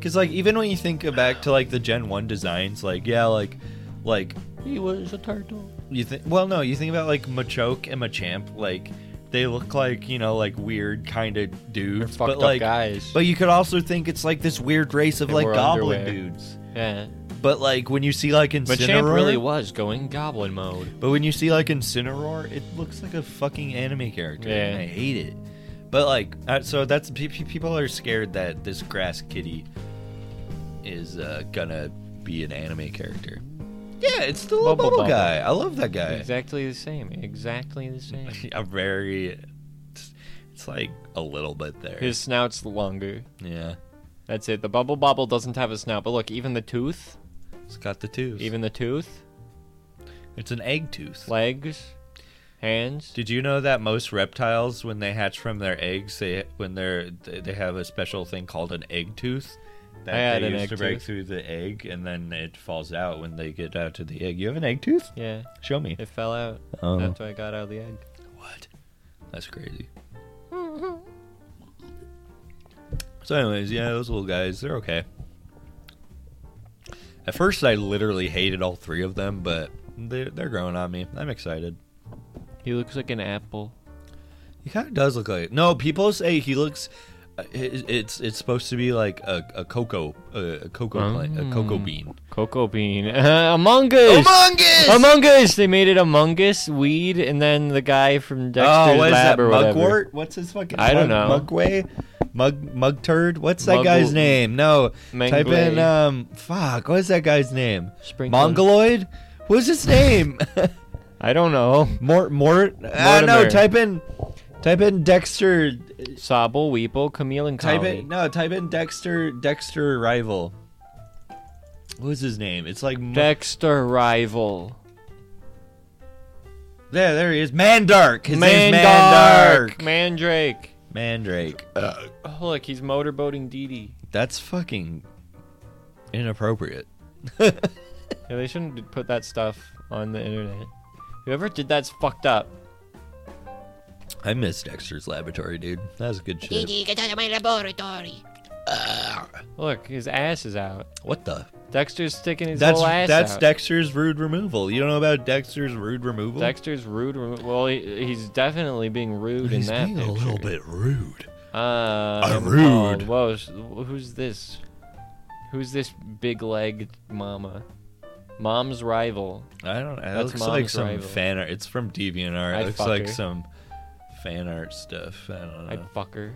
Cause like even when you think back to like the Gen One designs, like yeah, like like
He was a turtle.
you think well no, you think about like Machoke and Machamp, like they look like you know like weird kind of
They're
dudes,
fucked
but like
up guys.
but you could also think it's like this weird race of
They
like
wore
goblin
underwear.
dudes.
yeah.
But like when you see like
But Champ
Incineroar,
really was going goblin mode.
but when you see like Incineroar, it looks like a fucking anime character.
Yeah.
and I hate it. But like, uh, so that's pe- pe- people are scared that this grass kitty is uh, gonna be an anime character. Yeah, it's the little
Bubble
bubble,
Bubble.
guy. I love that guy.
Exactly the same. Exactly the same.
A very, it's, it's like a little bit there.
His snout's longer.
yeah,
That's it. The bubble bobble doesn't have a snout, but look, even the tooth,
it's got the tooth.
even the tooth,
it's an egg tooth.
legs, hands.
Did you know that most reptiles, when they hatch from their eggs, they when they're they they have a special thing called an egg tooth that
I had
they
an
use
egg
to break
tooth.
through the egg, and then it falls out when they get out to the egg. You have an egg tooth?
Yeah,
Show me.
it fell out
Oh.
after I got out of the egg.
What? That's crazy. So, anyways, yeah, those little guys, they're okay. At first, I literally hated all three of them, but they're, they're growing on me. I'm excited.
He looks like an apple.
He kind of does look like no. People say he looks. uh, it- It's it's supposed to be like a, a cocoa uh, a, a cocoa plant, a
Hmm.
cocoa bean.
Cocoa bean. Among Us!
Us!
Among Us! They made it Among Us weed, and then the guy from Dexter's
oh, what is
Lab
that?
or whatever.
Mugwort? What's his fucking?
I don't know.
Mugway, mug mug turd. What's that
Muggle-
guy's name? No, type
Manglay.
in um fuck. What is that guy's name?
Sprinkle.
Mongoloid. What's his name?
I don't know.
Mort Mort. Ah, no.
Mortimer.
Type in type in Dexter.
Sobble, Weeble, Camille, and
Type
Collie.
in no. Type in Dexter. Dexter rival. What was his name? It's like Mu-
Dexter Rival.
there. There he is. Mandark. His name's
Mandark!
Mandark.
Mandrake.
Mandrake. Ugh.
Oh, look, he's motorboating Dee Dee.
that's fucking inappropriate.
Yeah, they shouldn't put that stuff on the internet. Whoever did that's fucked up.
I miss Dexter's laboratory, dude. That was good shit.
Didi, get out of my laboratory.
Look, his ass is out.
What the?
Dexter's sticking his
That's
whole ass
that's
out.
Dexter's rude removal. You don't know about Dexter's rude removal?
Dexter's rude. remo- Well, he, he's definitely being rude
He's
in that
being a
picture.
little bit rude.
Uh,
rude.
called- Whoa, s- who's this? Who's this big-legged mama? Mom's rival.
I don't. It
That's
looks like
Mom's
some
rival.
fan art. It's from DeviantArt.
I'd
It looks
fuck
like
her.
some fan art stuff. I don't know.
I'd fuck her.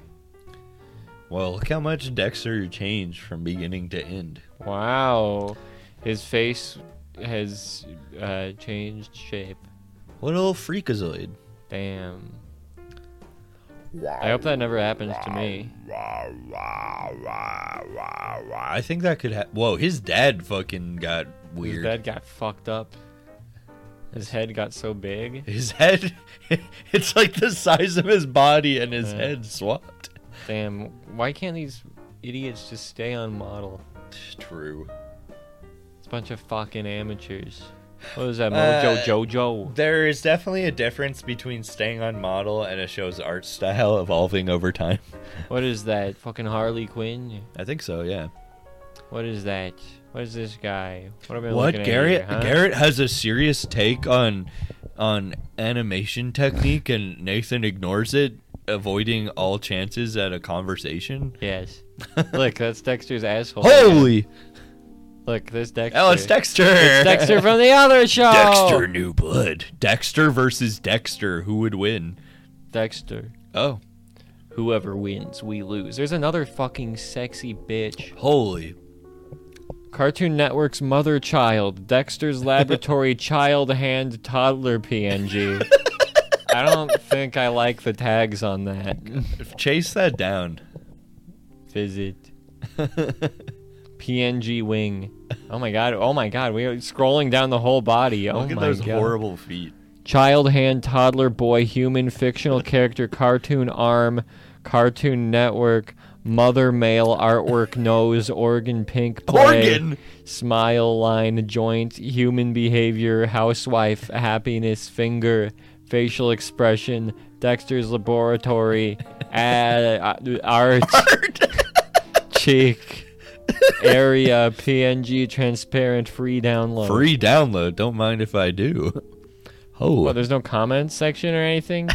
Well, look how much Dexter changed from beginning to end.
Wow, his face has uh, changed shape.
What a little freakazoid.
Damn. I hope that never happens to me.
I think that could happen. Whoa, his dad fucking got weird.
His dad got fucked up. His head got so big.
His head, it's like the size of his body and his
Yeah.
head swapped.
Damn, why can't these idiots just stay on model?
True.
It's a bunch of fucking amateurs. What was that, Mojo
Uh,
Jojo?
There is definitely a difference between staying on model and a show's art style evolving over time.
What is that, fucking Harley Quinn?
I think so, yeah.
What is that? What is this guy? What am I
What
looking at
Garrett?
here, huh?
Garrett has a serious take on on animation technique, and Nathan ignores it, avoiding all chances at a conversation.
Yes. Look, that's Dexter's asshole.
Holy!
Look, there's Dexter. Oh.
Oh, it's Dexter.
It's Dexter from the other show.
Dexter New Blood. Dexter versus Dexter. Who would win?
Dexter.
Oh,
Whoever wins, we lose. There's another fucking sexy bitch.
holy.
Cartoon Network's mother child, Dexter's Laboratory child hand toddler PNG. I don't think I like the tags on that.
Chase that down.
Visit PNG wing. Oh my god. Oh my god. We are scrolling down the whole body. Oh
Look at
my
those
god.
horrible feet.
Child hand, toddler boy, human, fictional character, cartoon arm, cartoon network, Mother male artwork nose organ pink play,
Organ?
smile line joint human behavior housewife happiness finger facial expression Dexter's laboratory ad, uh, art cheek area png transparent free download.
Free download. Don't mind if I do. Oh,
Well, there's no comments section or anything.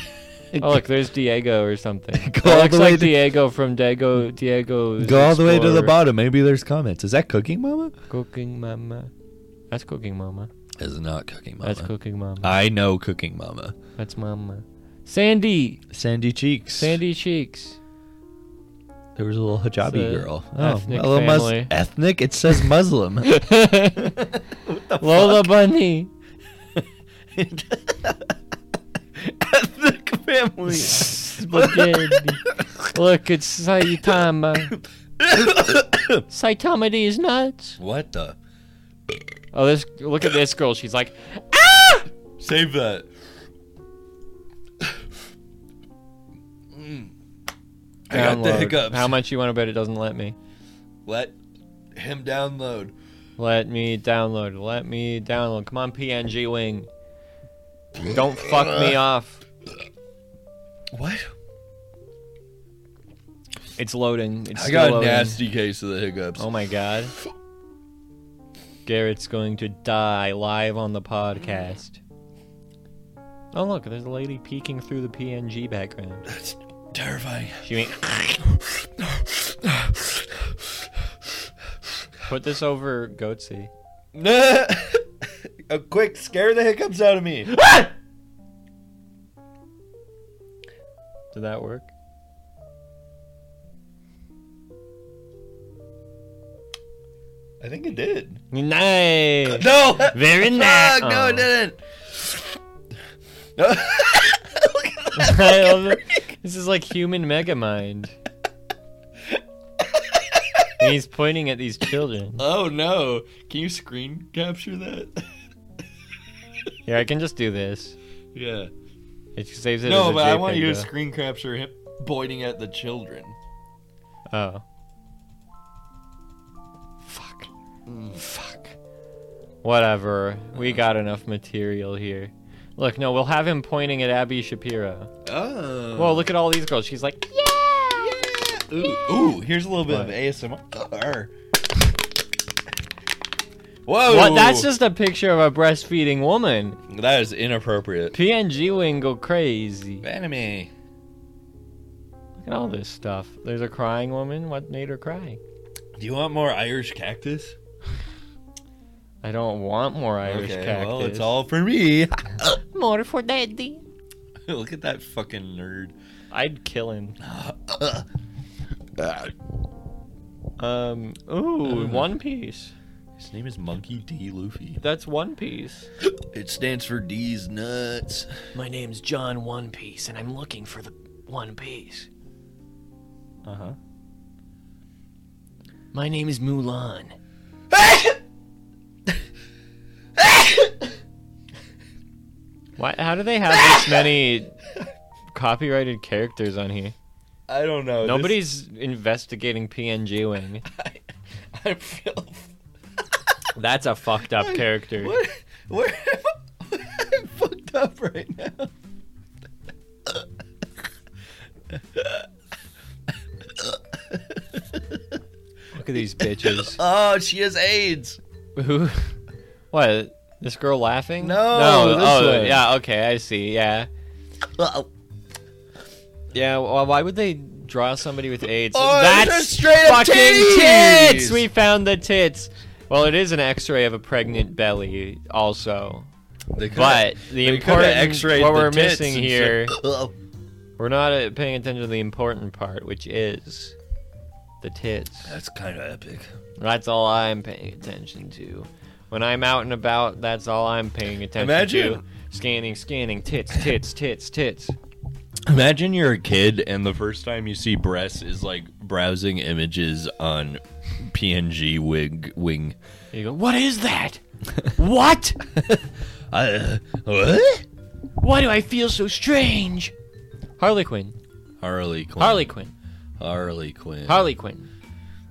oh look, there's Diego or something.
Go
That
all
looks
the way
like
to-
Diego from Diego Diego.
go all the way to the bottom. Maybe there's comments. Is that cooking, Mama?
Cooking mama. That's cooking mama.
Is not cooking, Mama.
That's cooking mama.
I know cooking, Mama.
That's mama. Sandy,
Sandy cheeks.
Sandy cheeks.
There was a little hijabi
It's a
girl. Oh,
ethnic
a little
family.
ethnic. It says Muslim.
Lola Bunny.
ethnic family.
Spaghetti. Look, it's Saitama. Saitama is nuts.
What the?
Oh, this. Look at this girl. She's like,
Save that. I got the
download.
hiccups.
How much you want to bet it doesn't let me?
Let him download.
Let me download. Let me download. Come on, PNG Wing. Don't fuck me off.
What?
It's loading. It's
I
still
got a
loading.
nasty case of the hiccups.
Oh my god. Garrett's going to die live on the podcast. Oh look, there's a lady peeking through the PNG background.
That's terrifying.
She went. Put this over Goatsy.
a quick scare the hiccups out of me.
Did that work?
I think it did.
Nice.
No.
Very nice.
Fuck, no, it didn't.
I love it. This is like human megamind. and he's pointing at these children.
oh no! Can you screen capture that?
Yeah, I can just do this.
yeah.
It saves it as
No,
a
but I want
JPEG,
you to
though.
screen capture him pointing at the children.
Oh. Fuck. Fuck. Whatever. We got enough material here. Look, no, we'll have him pointing at Abby Shapiro.
Oh.
Well, look at all these girls. She's like,
Ooh, ooh, here's a little bit
What?
of ASMR. Whoa!
what? That's just a picture of a breastfeeding woman.
that is inappropriate.
PNG wing go crazy.
Anime.
Look at all this stuff. There's a crying woman. What made her cry?
Do you want more Irish cactus?
I don't want more Irish
okay,
cactus.
well, it's all for me.
More for daddy.
Look at that fucking nerd.
I'd kill him.
Ah.
Um. Ooh, One Piece.
His name is Monkey D. Luffy.
That's One Piece.
It stands for D's nuts.
My name's John One Piece, and I'm looking for the One Piece.
Uh
Uh-huh.
huh.
My name is Mulan.
Why? How do they have this many copyrighted characters on here?
I don't know. this-
Nobody's investigating PNG Wing.
I feel.
That's a fucked up character.
What? Where am I am fucked up right now?
Look at these bitches.
Oh, she has AIDS.
Who? What? This girl laughing?
No,
No.
this
oh,
one.
yeah. Okay, I see. Yeah. Yeah, well, why would they draw somebody with AIDS?
Oh,
That's
they're straight up
fucking
titties!
tits. We found the tits. Well, it is an X-ray of a pregnant belly, also.
They could-
But the
they coulda
important
X-rayed
what
the
we're
tits
missing
and
here,
shit. Oh,
we're not uh, paying attention to the important part, which is the tits.
That's kind of epic.
That's all I'm paying attention to. When I'm out and about, that's all I'm paying attention to.
Imagine-
Scanning, scanning, tits, tits, tits, tits.
Imagine you're a kid and the first time you see breasts is like browsing images on PNG wig wing.
You go, what is that? what?
Uh, what?
Why do I feel so strange?
Harley Quinn.
Harley Quinn.
Harley Quinn.
Harley Quinn.
Harley Quinn.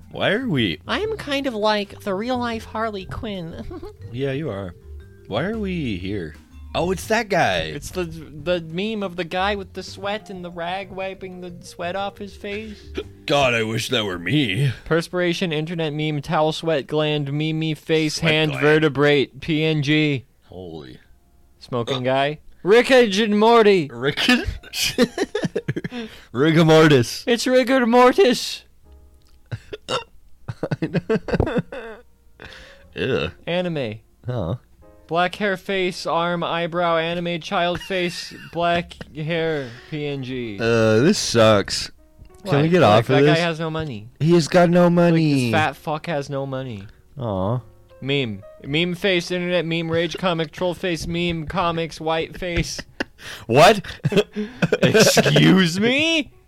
Why are we?
I'm kind of like the real life Harley Quinn.
Yeah, you are. Why are we here? Oh, it's that guy.
It's the the meme of the guy with the sweat and the rag wiping the sweat off his face.
God, I wish that were me.
Perspiration, internet meme, towel, sweat gland, meme, me, face,
Sweat
hand,
gland.
vertebrate, PNG.
Holy.
Smoking guy. Rickage and Morty.
Rick. Rigor mortis.
It's rigor mortis.
Ew.
Anime.
Huh. Uh,
Black hair, face, arm, eyebrow, anime, child face, black hair, PNG.
Uh, this sucks. Can we
Like-
get
like
off of
That
this?
guy has no money.
he has got no
Like,
money.
this fat fuck has no money.
Aw.
Meme. Meme face, internet meme, rage comic, troll face, meme, comics, white face.
What?
Excuse me?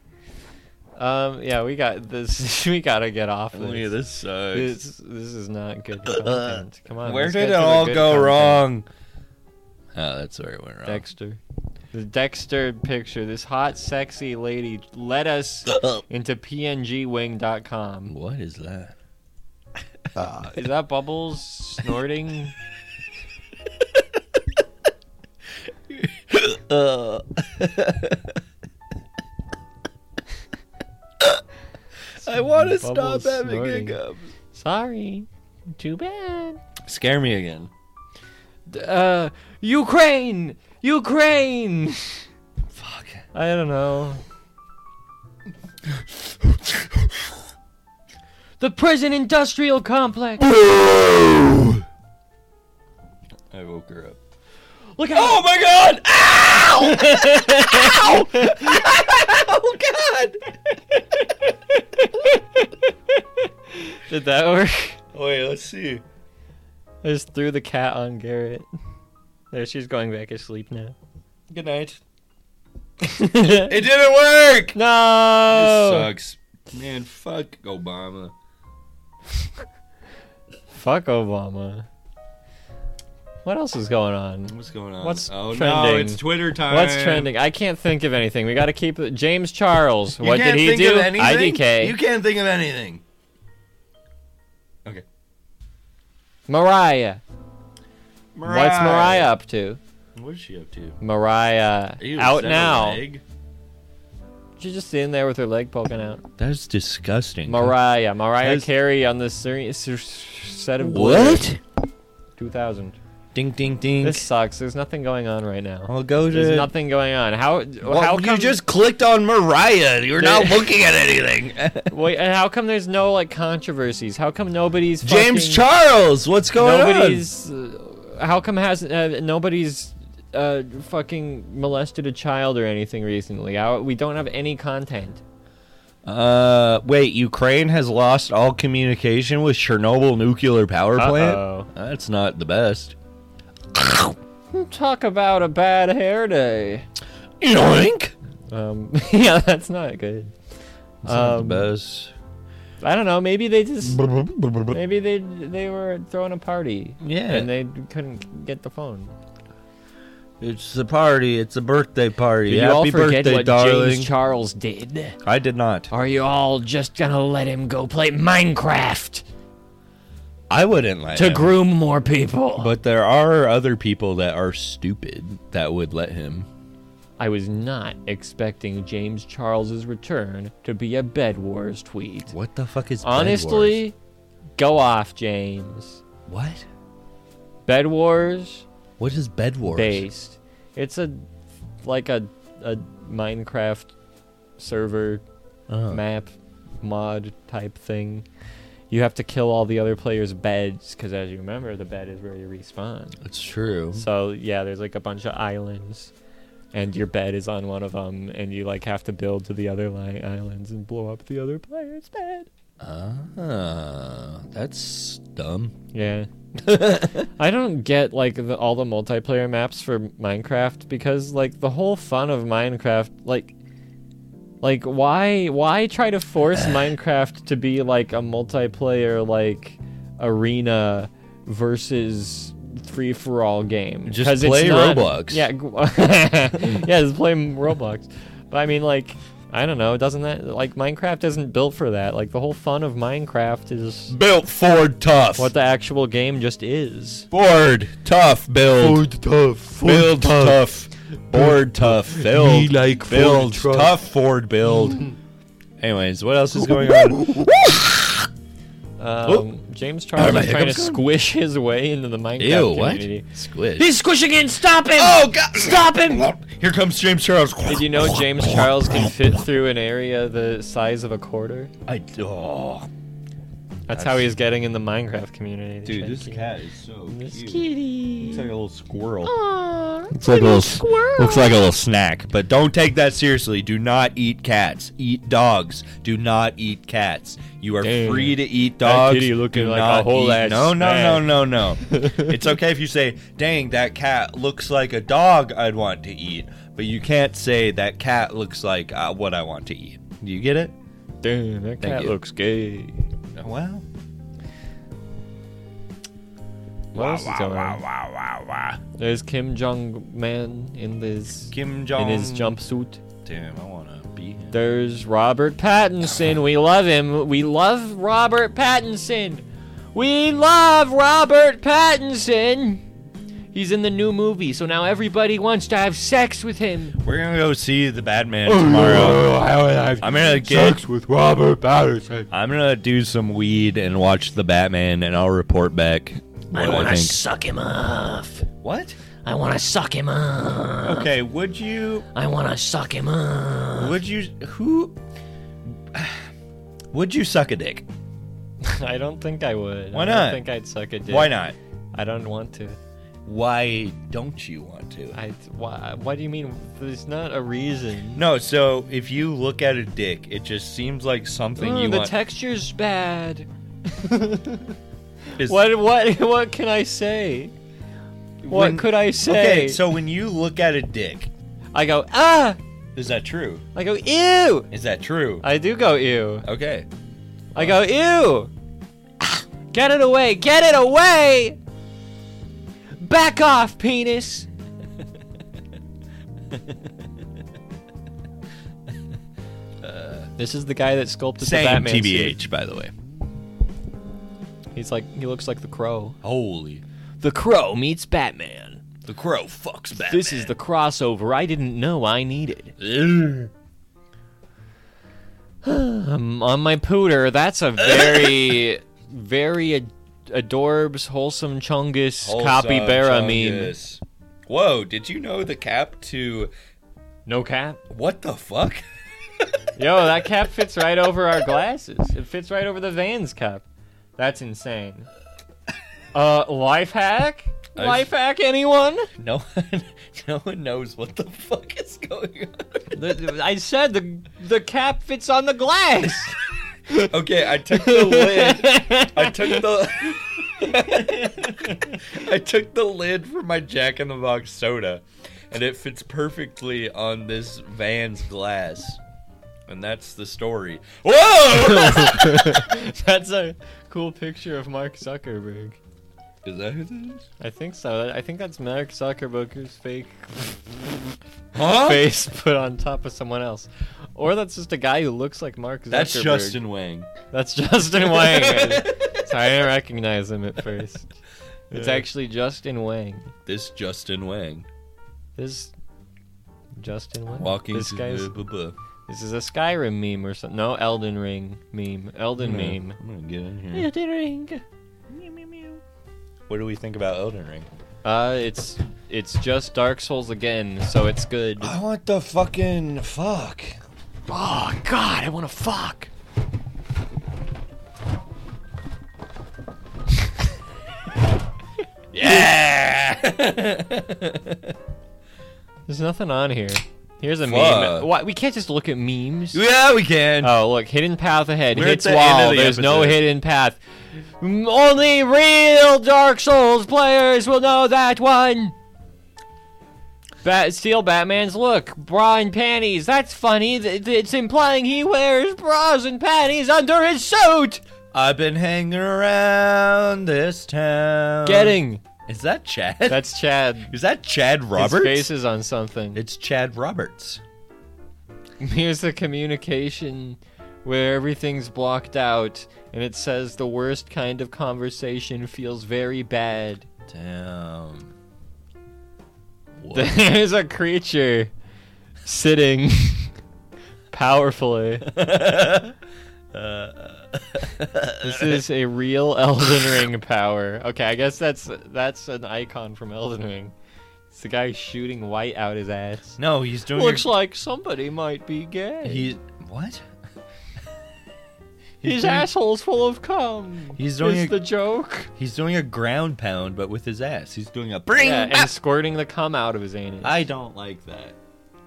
Um, yeah, we got this. We gotta get off this.
Look at this sucks.
This, this is not good content. Come on.
Where
let's get
did
to
it
the
all
good
go
content.
wrong? Oh, that's where it went wrong.
Dexter. The Dexter picture. This hot, sexy lady led us into pngwing.com.
Uh, What is that?
Is that Bubbles snorting?
Uh. I want to stop
Bubbles
having
snorting.
hiccups.
Sorry. Too bad.
Scare me again.
D- Uh, Ukraine! Ukraine!
Fuck.
I don't know. The prison industrial complex!
I woke her up.
Look at oh,
my god! Ow! Ow! Oh god!
Did that work?
Wait, let's see.
I just threw the cat on Garrett. There, she's going back to sleep now.
Good night.
no!
It didn't work! Oh. sucks. Man, fuck Obama.
Fuck Obama. What else is going on?
What's going on?
What's
oh no,
trending?
it's Twitter time.
What's trending? I can't think of anything. We got to keep it. James Charles.
You
what
can't
did he
think
do?
Of anything?
IDK.
You can't think of anything. Okay.
Mariah. What's Mariah up to?
What is she up to?
Mariah
Ew, is
out
that a
now.
leg?
She's just sitting there with her leg poking out.
That's disgusting.
Mariah. Mariah
Has-
Carey on the ser- ser- set of Blues.
What?
2000.
Ding ding ding.
This sucks. There's nothing going on right now.
I'll go to.
There's nothing going on. How
Well,
how
you
come
just clicked on Mariah? You're not
There-
looking at anything.
wait? And how come there's no like controversies? How come nobody's
James
fucking-
Charles, what's going
nobody's uh, how come has uh, nobody's uh, fucking molested a child or anything recently? How, we don't have any content.
on? Uh, wait, Ukraine has lost all communication with Chernobyl nuclear power plant.
Uh-oh.
That's not the best.
Talk about a bad hair day.
Yoink.
Um, yeah, that's not good.
That's not
Um,
the best.
I don't know. Maybe they just maybe they they were throwing a party.
Yeah.
and they couldn't get the phone.
It's a party. It's a birthday party.
Did you
Happy
all forget
birthday,
what
darling.
James Charles did?
I did not.
Are you all just gonna let him go play Minecraft
I wouldn't let
to
him.
groom more people?
But there are other people that are stupid that would let him.
I was not expecting James Charles's return to be a Bed Wars tweet.
What the fuck is Bed
Honestly, go off, James.
Wars? What?
Bed Wars
What is Bed Wars?
based. It's a like a a Minecraft server
Uh,
map mod type thing. You have to kill all the other players' beds because, as you remember, the bed is where you respawn.
That's true.
So yeah, there's like a bunch of islands, and your bed is on one of them, and you like have to build to the other li- islands and blow up the other player's bed.
Ah, that's dumb.
Yeah. I don't get like the, all the multiplayer maps for Minecraft because like the whole fun of Minecraft like like why why try to force Minecraft to be like a multiplayer like arena versus free for all game?
Just
'Cause it's
play
not-
Roblox.
Yeah, g- yeah, just play Roblox. But I mean like I don't know. Doesn't that like Minecraft isn't built for that? Like the whole fun of Minecraft is
Built Ford tough.
what the actual game just is.
Ford tough build.
tough.
build tough. Board tough. Build.
like
build
Ford tough.
tough Ford build. Anyways, what else is going on?
Um, James Charles
Oh. my
is trying to
hiccups
squish his way into the Minecraft
Ew, what?
community.
Squish.
He's squishing in. Stop him!
Oh god!
Stop him!
Here comes James Charles.
Did you know James Charles can fit through an area the size of a quarter?
I oh,
That's how he's getting in the Minecraft community.
dude, this
Thank you.
cat is so
This
cute.
kitty.
Looks like a little squirrel.
Aw,
Looks like a little
squirrel.
Looks like a little snack, but don't take that seriously. Do not eat cats. Eat dogs. Do not eat cats. You are
Damn.
free to eat dogs.
kitty looking
Do
like a
not
whole
eat-
ass
No, no, no,
snack.
no, no. it's okay if you say, "Dang, that cat looks like a dog I'd want to eat," but you can't say that cat looks like uh, what I want to eat. Do you get it?
Damn, that cat
you.
looks gay.
Wow.
What else is going on?
wow, wow, wow.
There's Kim Jong Man in his
Kim
in
Jong.
his jumpsuit.
Damn, I wanna be him.
There's Robert Pattinson. We love him. We love Robert Pattinson. We love Robert Pattinson. He's in the new movie, so now everybody wants to have sex with him.
We're gonna go see the Batman
Oh,
tomorrow. I'm gonna get
with Robert Patterson.
I'm gonna do some weed and watch the Batman, and I'll report back.
I
what
want to
think.
suck him off.
what?
I want to suck him off.
Okay, would you?
I want to suck him off.
Would you? Who? Would you suck a dick?
I don't think I would.
Why
I don't
not?
think I'd suck a dick.
Why not?
I don't want to.
Why don't you want to?
I why, why do you mean there's not a reason?
No. So if you look at a dick, it just seems like something
Oh,
you
the
want.
texture's bad.
is-
What what what can I say? What
When-
could I say?
Okay, so when you look at a dick,
I go ah.
is that true?
I go ew.
Is that true?
I do go ew.
Okay.
I go ew. Ah! Get it away. Get it away. Back off, penis. this is the guy that sculpted the
Same
Batman suit.
TBH, by the way.
He's like he looks like the crow.
Holy.
The crow meets Batman.
The crow fucks Batman.
This is the crossover I didn't know I needed. Um, on my pooter, that's a very, very ad- adorbs, wholesome chungus copy Bera meme.
Whoa, did you know the cap to
No cap.
what the fuck?
Yo, that cap fits right over our glasses. It fits right over the Vans cap. That's insane. Uh, life hack?
I-
Life hack, anyone?
No one no one knows what the fuck is going on.
The- the- I said the the cap fits on the glass.
Okay, I took the lid. I took the I took the lid from my Jack in the Box soda and it fits perfectly on this van's glass. And that's the story. Whoa!
That's a cool picture of Mark Zuckerberg.
is that who this is?
I think so. I think that's Mark Zuckerberg's fake
Huh?
face put on top of someone else. Or that's just a guy who looks like Mark Zuckerberg.
That's Justin Wang.
That's Justin Wang. so I didn't recognize him at first. It's
Yeah.
actually Justin Wang.
This Justin Wang.
This Justin Wang.
Walking
this
to-
guy's
buh, buh, buh.
this is a Skyrim meme or something. No, Elden Ring meme. Elden meme.
I'm gonna get in here.
Elden Ring. Meow, meow, meow.
What do we think about Elden Ring?
Uh, it's it's just Dark Souls again, so it's good.
I want the fucking fuck.
Oh God, I want to fuck.
Yeah.
There's nothing on here. Here's a
Fuck.
meme. Why we can't just look at memes?
yeah, we can. Uh,
Oh, look, hidden path ahead.
We're at
hits
the end of
wall.
the
There's no
episode.
hidden path. Mm, Only real Dark Souls players will know that one. Bat steal Batman's look, bra and panties. That's funny. Th- th- It's implying he wears bras and panties under his suit.
I've been hanging around this town.
Getting
Is that Chad?
that's Chad.
is that Chad
His
Roberts?
face is on something.
It's Chad Roberts.
Here's the communication where everything's blocked out, and it says the worst kind of conversation feels very bad.
Damn. What?
There's a creature sitting powerfully.
Uh,
This is a real Elden Ring power. Okay, I guess that's that's an icon from Elden Ring. It's the guy shooting white out his ass.
no, he's doing.
Looks like somebody might be gay.
He's what?
His
doing-
asshole's full of cum.
He's doing
is
a-
the joke.
He's doing a ground pound, but with his ass. He's doing a bring.
Yeah,
up.
and squirting the cum out of his anus.
I don't like that.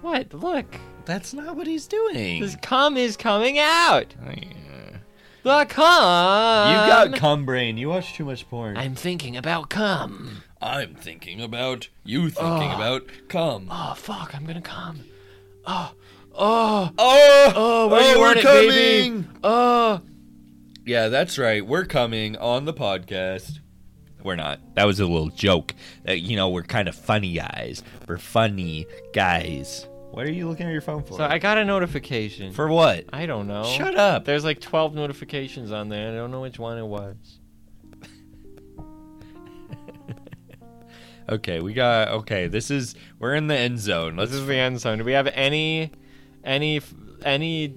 What? Look,
That's not what he's doing.
his cum is coming out.
Yeah.
The cum.
You got cum brain. You watch too much porn.
I'm thinking about cum.
I'm thinking about you thinking about cum. Oh,
Oh fuck, I'm gonna cum. Oh, oh,
oh,
where you
we're
want it, baby?
coming.
oh.
Yeah, that's right. We're coming on the podcast. We're not. That was a little joke. Uh, you know, we're kind of funny guys. We're funny guys. What are you looking at your phone for?
So I Oh. got a notification.
for what?
I don't know.
Shut up.
There's like 12 notifications on there. and I don't know which one it was.
Okay, we got. Okay, this is. We're in the end zone. Let's.
This is the end zone. Do we have any, any, f- any?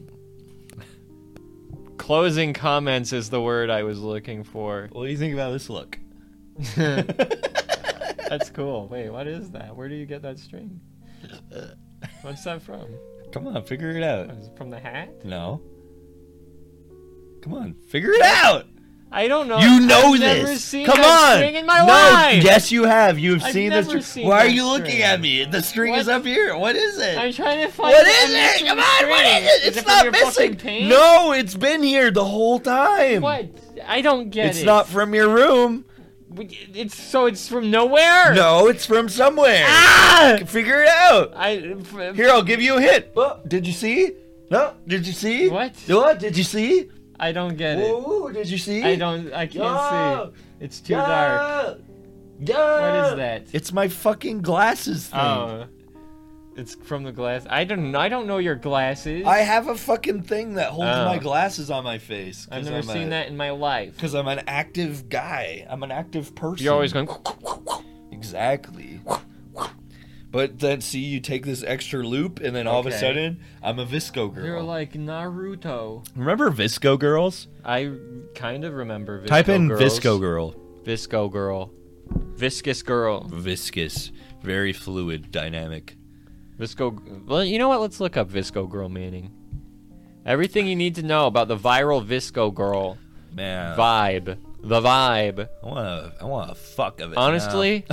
Closing comments is the word I was looking for.
What do you think about this look?
That's cool. Wait, what is that? Where do you get that string? What's that from?
Come on, figure it out.
Is it from the hat?
No. Come on, figure it out.
I don't know.
You know
I've
this.
Never seen
Come
that
on.
String in my
no,
life.
yes, you have. You've
I've
seen this.
never seen
Why are
that
you looking
string.
at me? The string is
What?
up here. What is it?
I'm trying to find.
what
a
is it?
mystery
Come on, what
string.
is it? It's
it from
not
your
missing.
fucking paint?
No, it's been here the whole time.
What? I don't get
It's
it.
not from your room.
It's so it's from nowhere.
No, it's from somewhere.
Ah!
Figure it out.
I. f-
Here, I'll give you a hint. Oh, did you see? No, did you see?
What?
What? Did you see?
I don't get it.
Ooh, did you see?
I don't. I can't
Yeah.
see. It's too dark. What is that?
It's my fucking glasses thing.
Oh, it's from the glass. I don't. know- I don't know your glasses.
I have a fucking thing that holds
Oh.
my glasses on my face.
I've never seen that in my life.
Because I'm an active guy. I'm an active person.
You're always going.
Exactly. But then, see, you take this extra loop, and then all of a
Okay.
sudden, I'm a Visco girl.
You're like Naruto.
Remember Visco girls?
I kind of remember. Visco
Type in
girls.
Visco girl.
Visco girl. Viscous girl.
Viscous. Very fluid, dynamic.
Visco. Well, you know what? Let's look up Visco girl meaning. Everything you need to know about the viral Visco girl
Man.
vibe. The vibe.
I want to I wanna fuck of it.
Honestly,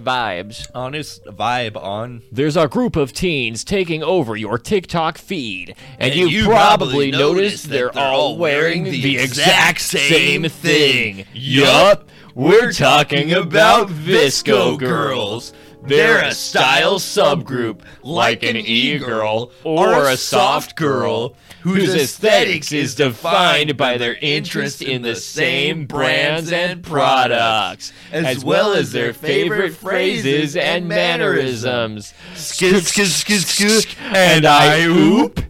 vibes.
now. Honest vibe on.
There's a group of teens taking over your TikTok feed, and,
And
you,
you probably
probably,
noticed
noticed
that
they're,
they're all
all wearing
wearing
the,
the exact
exact
same
same
thing.
thing.
Yup,
Yup,
we're
we're talking about Visco girls. They're a style subgroup, like an e-girl or a soft girl, whose aesthetics is defined by their interest in the same brands and products, as well as their favorite phrases and mannerisms.
mannerisms.
Skis, skis, skis, skis, and I oop.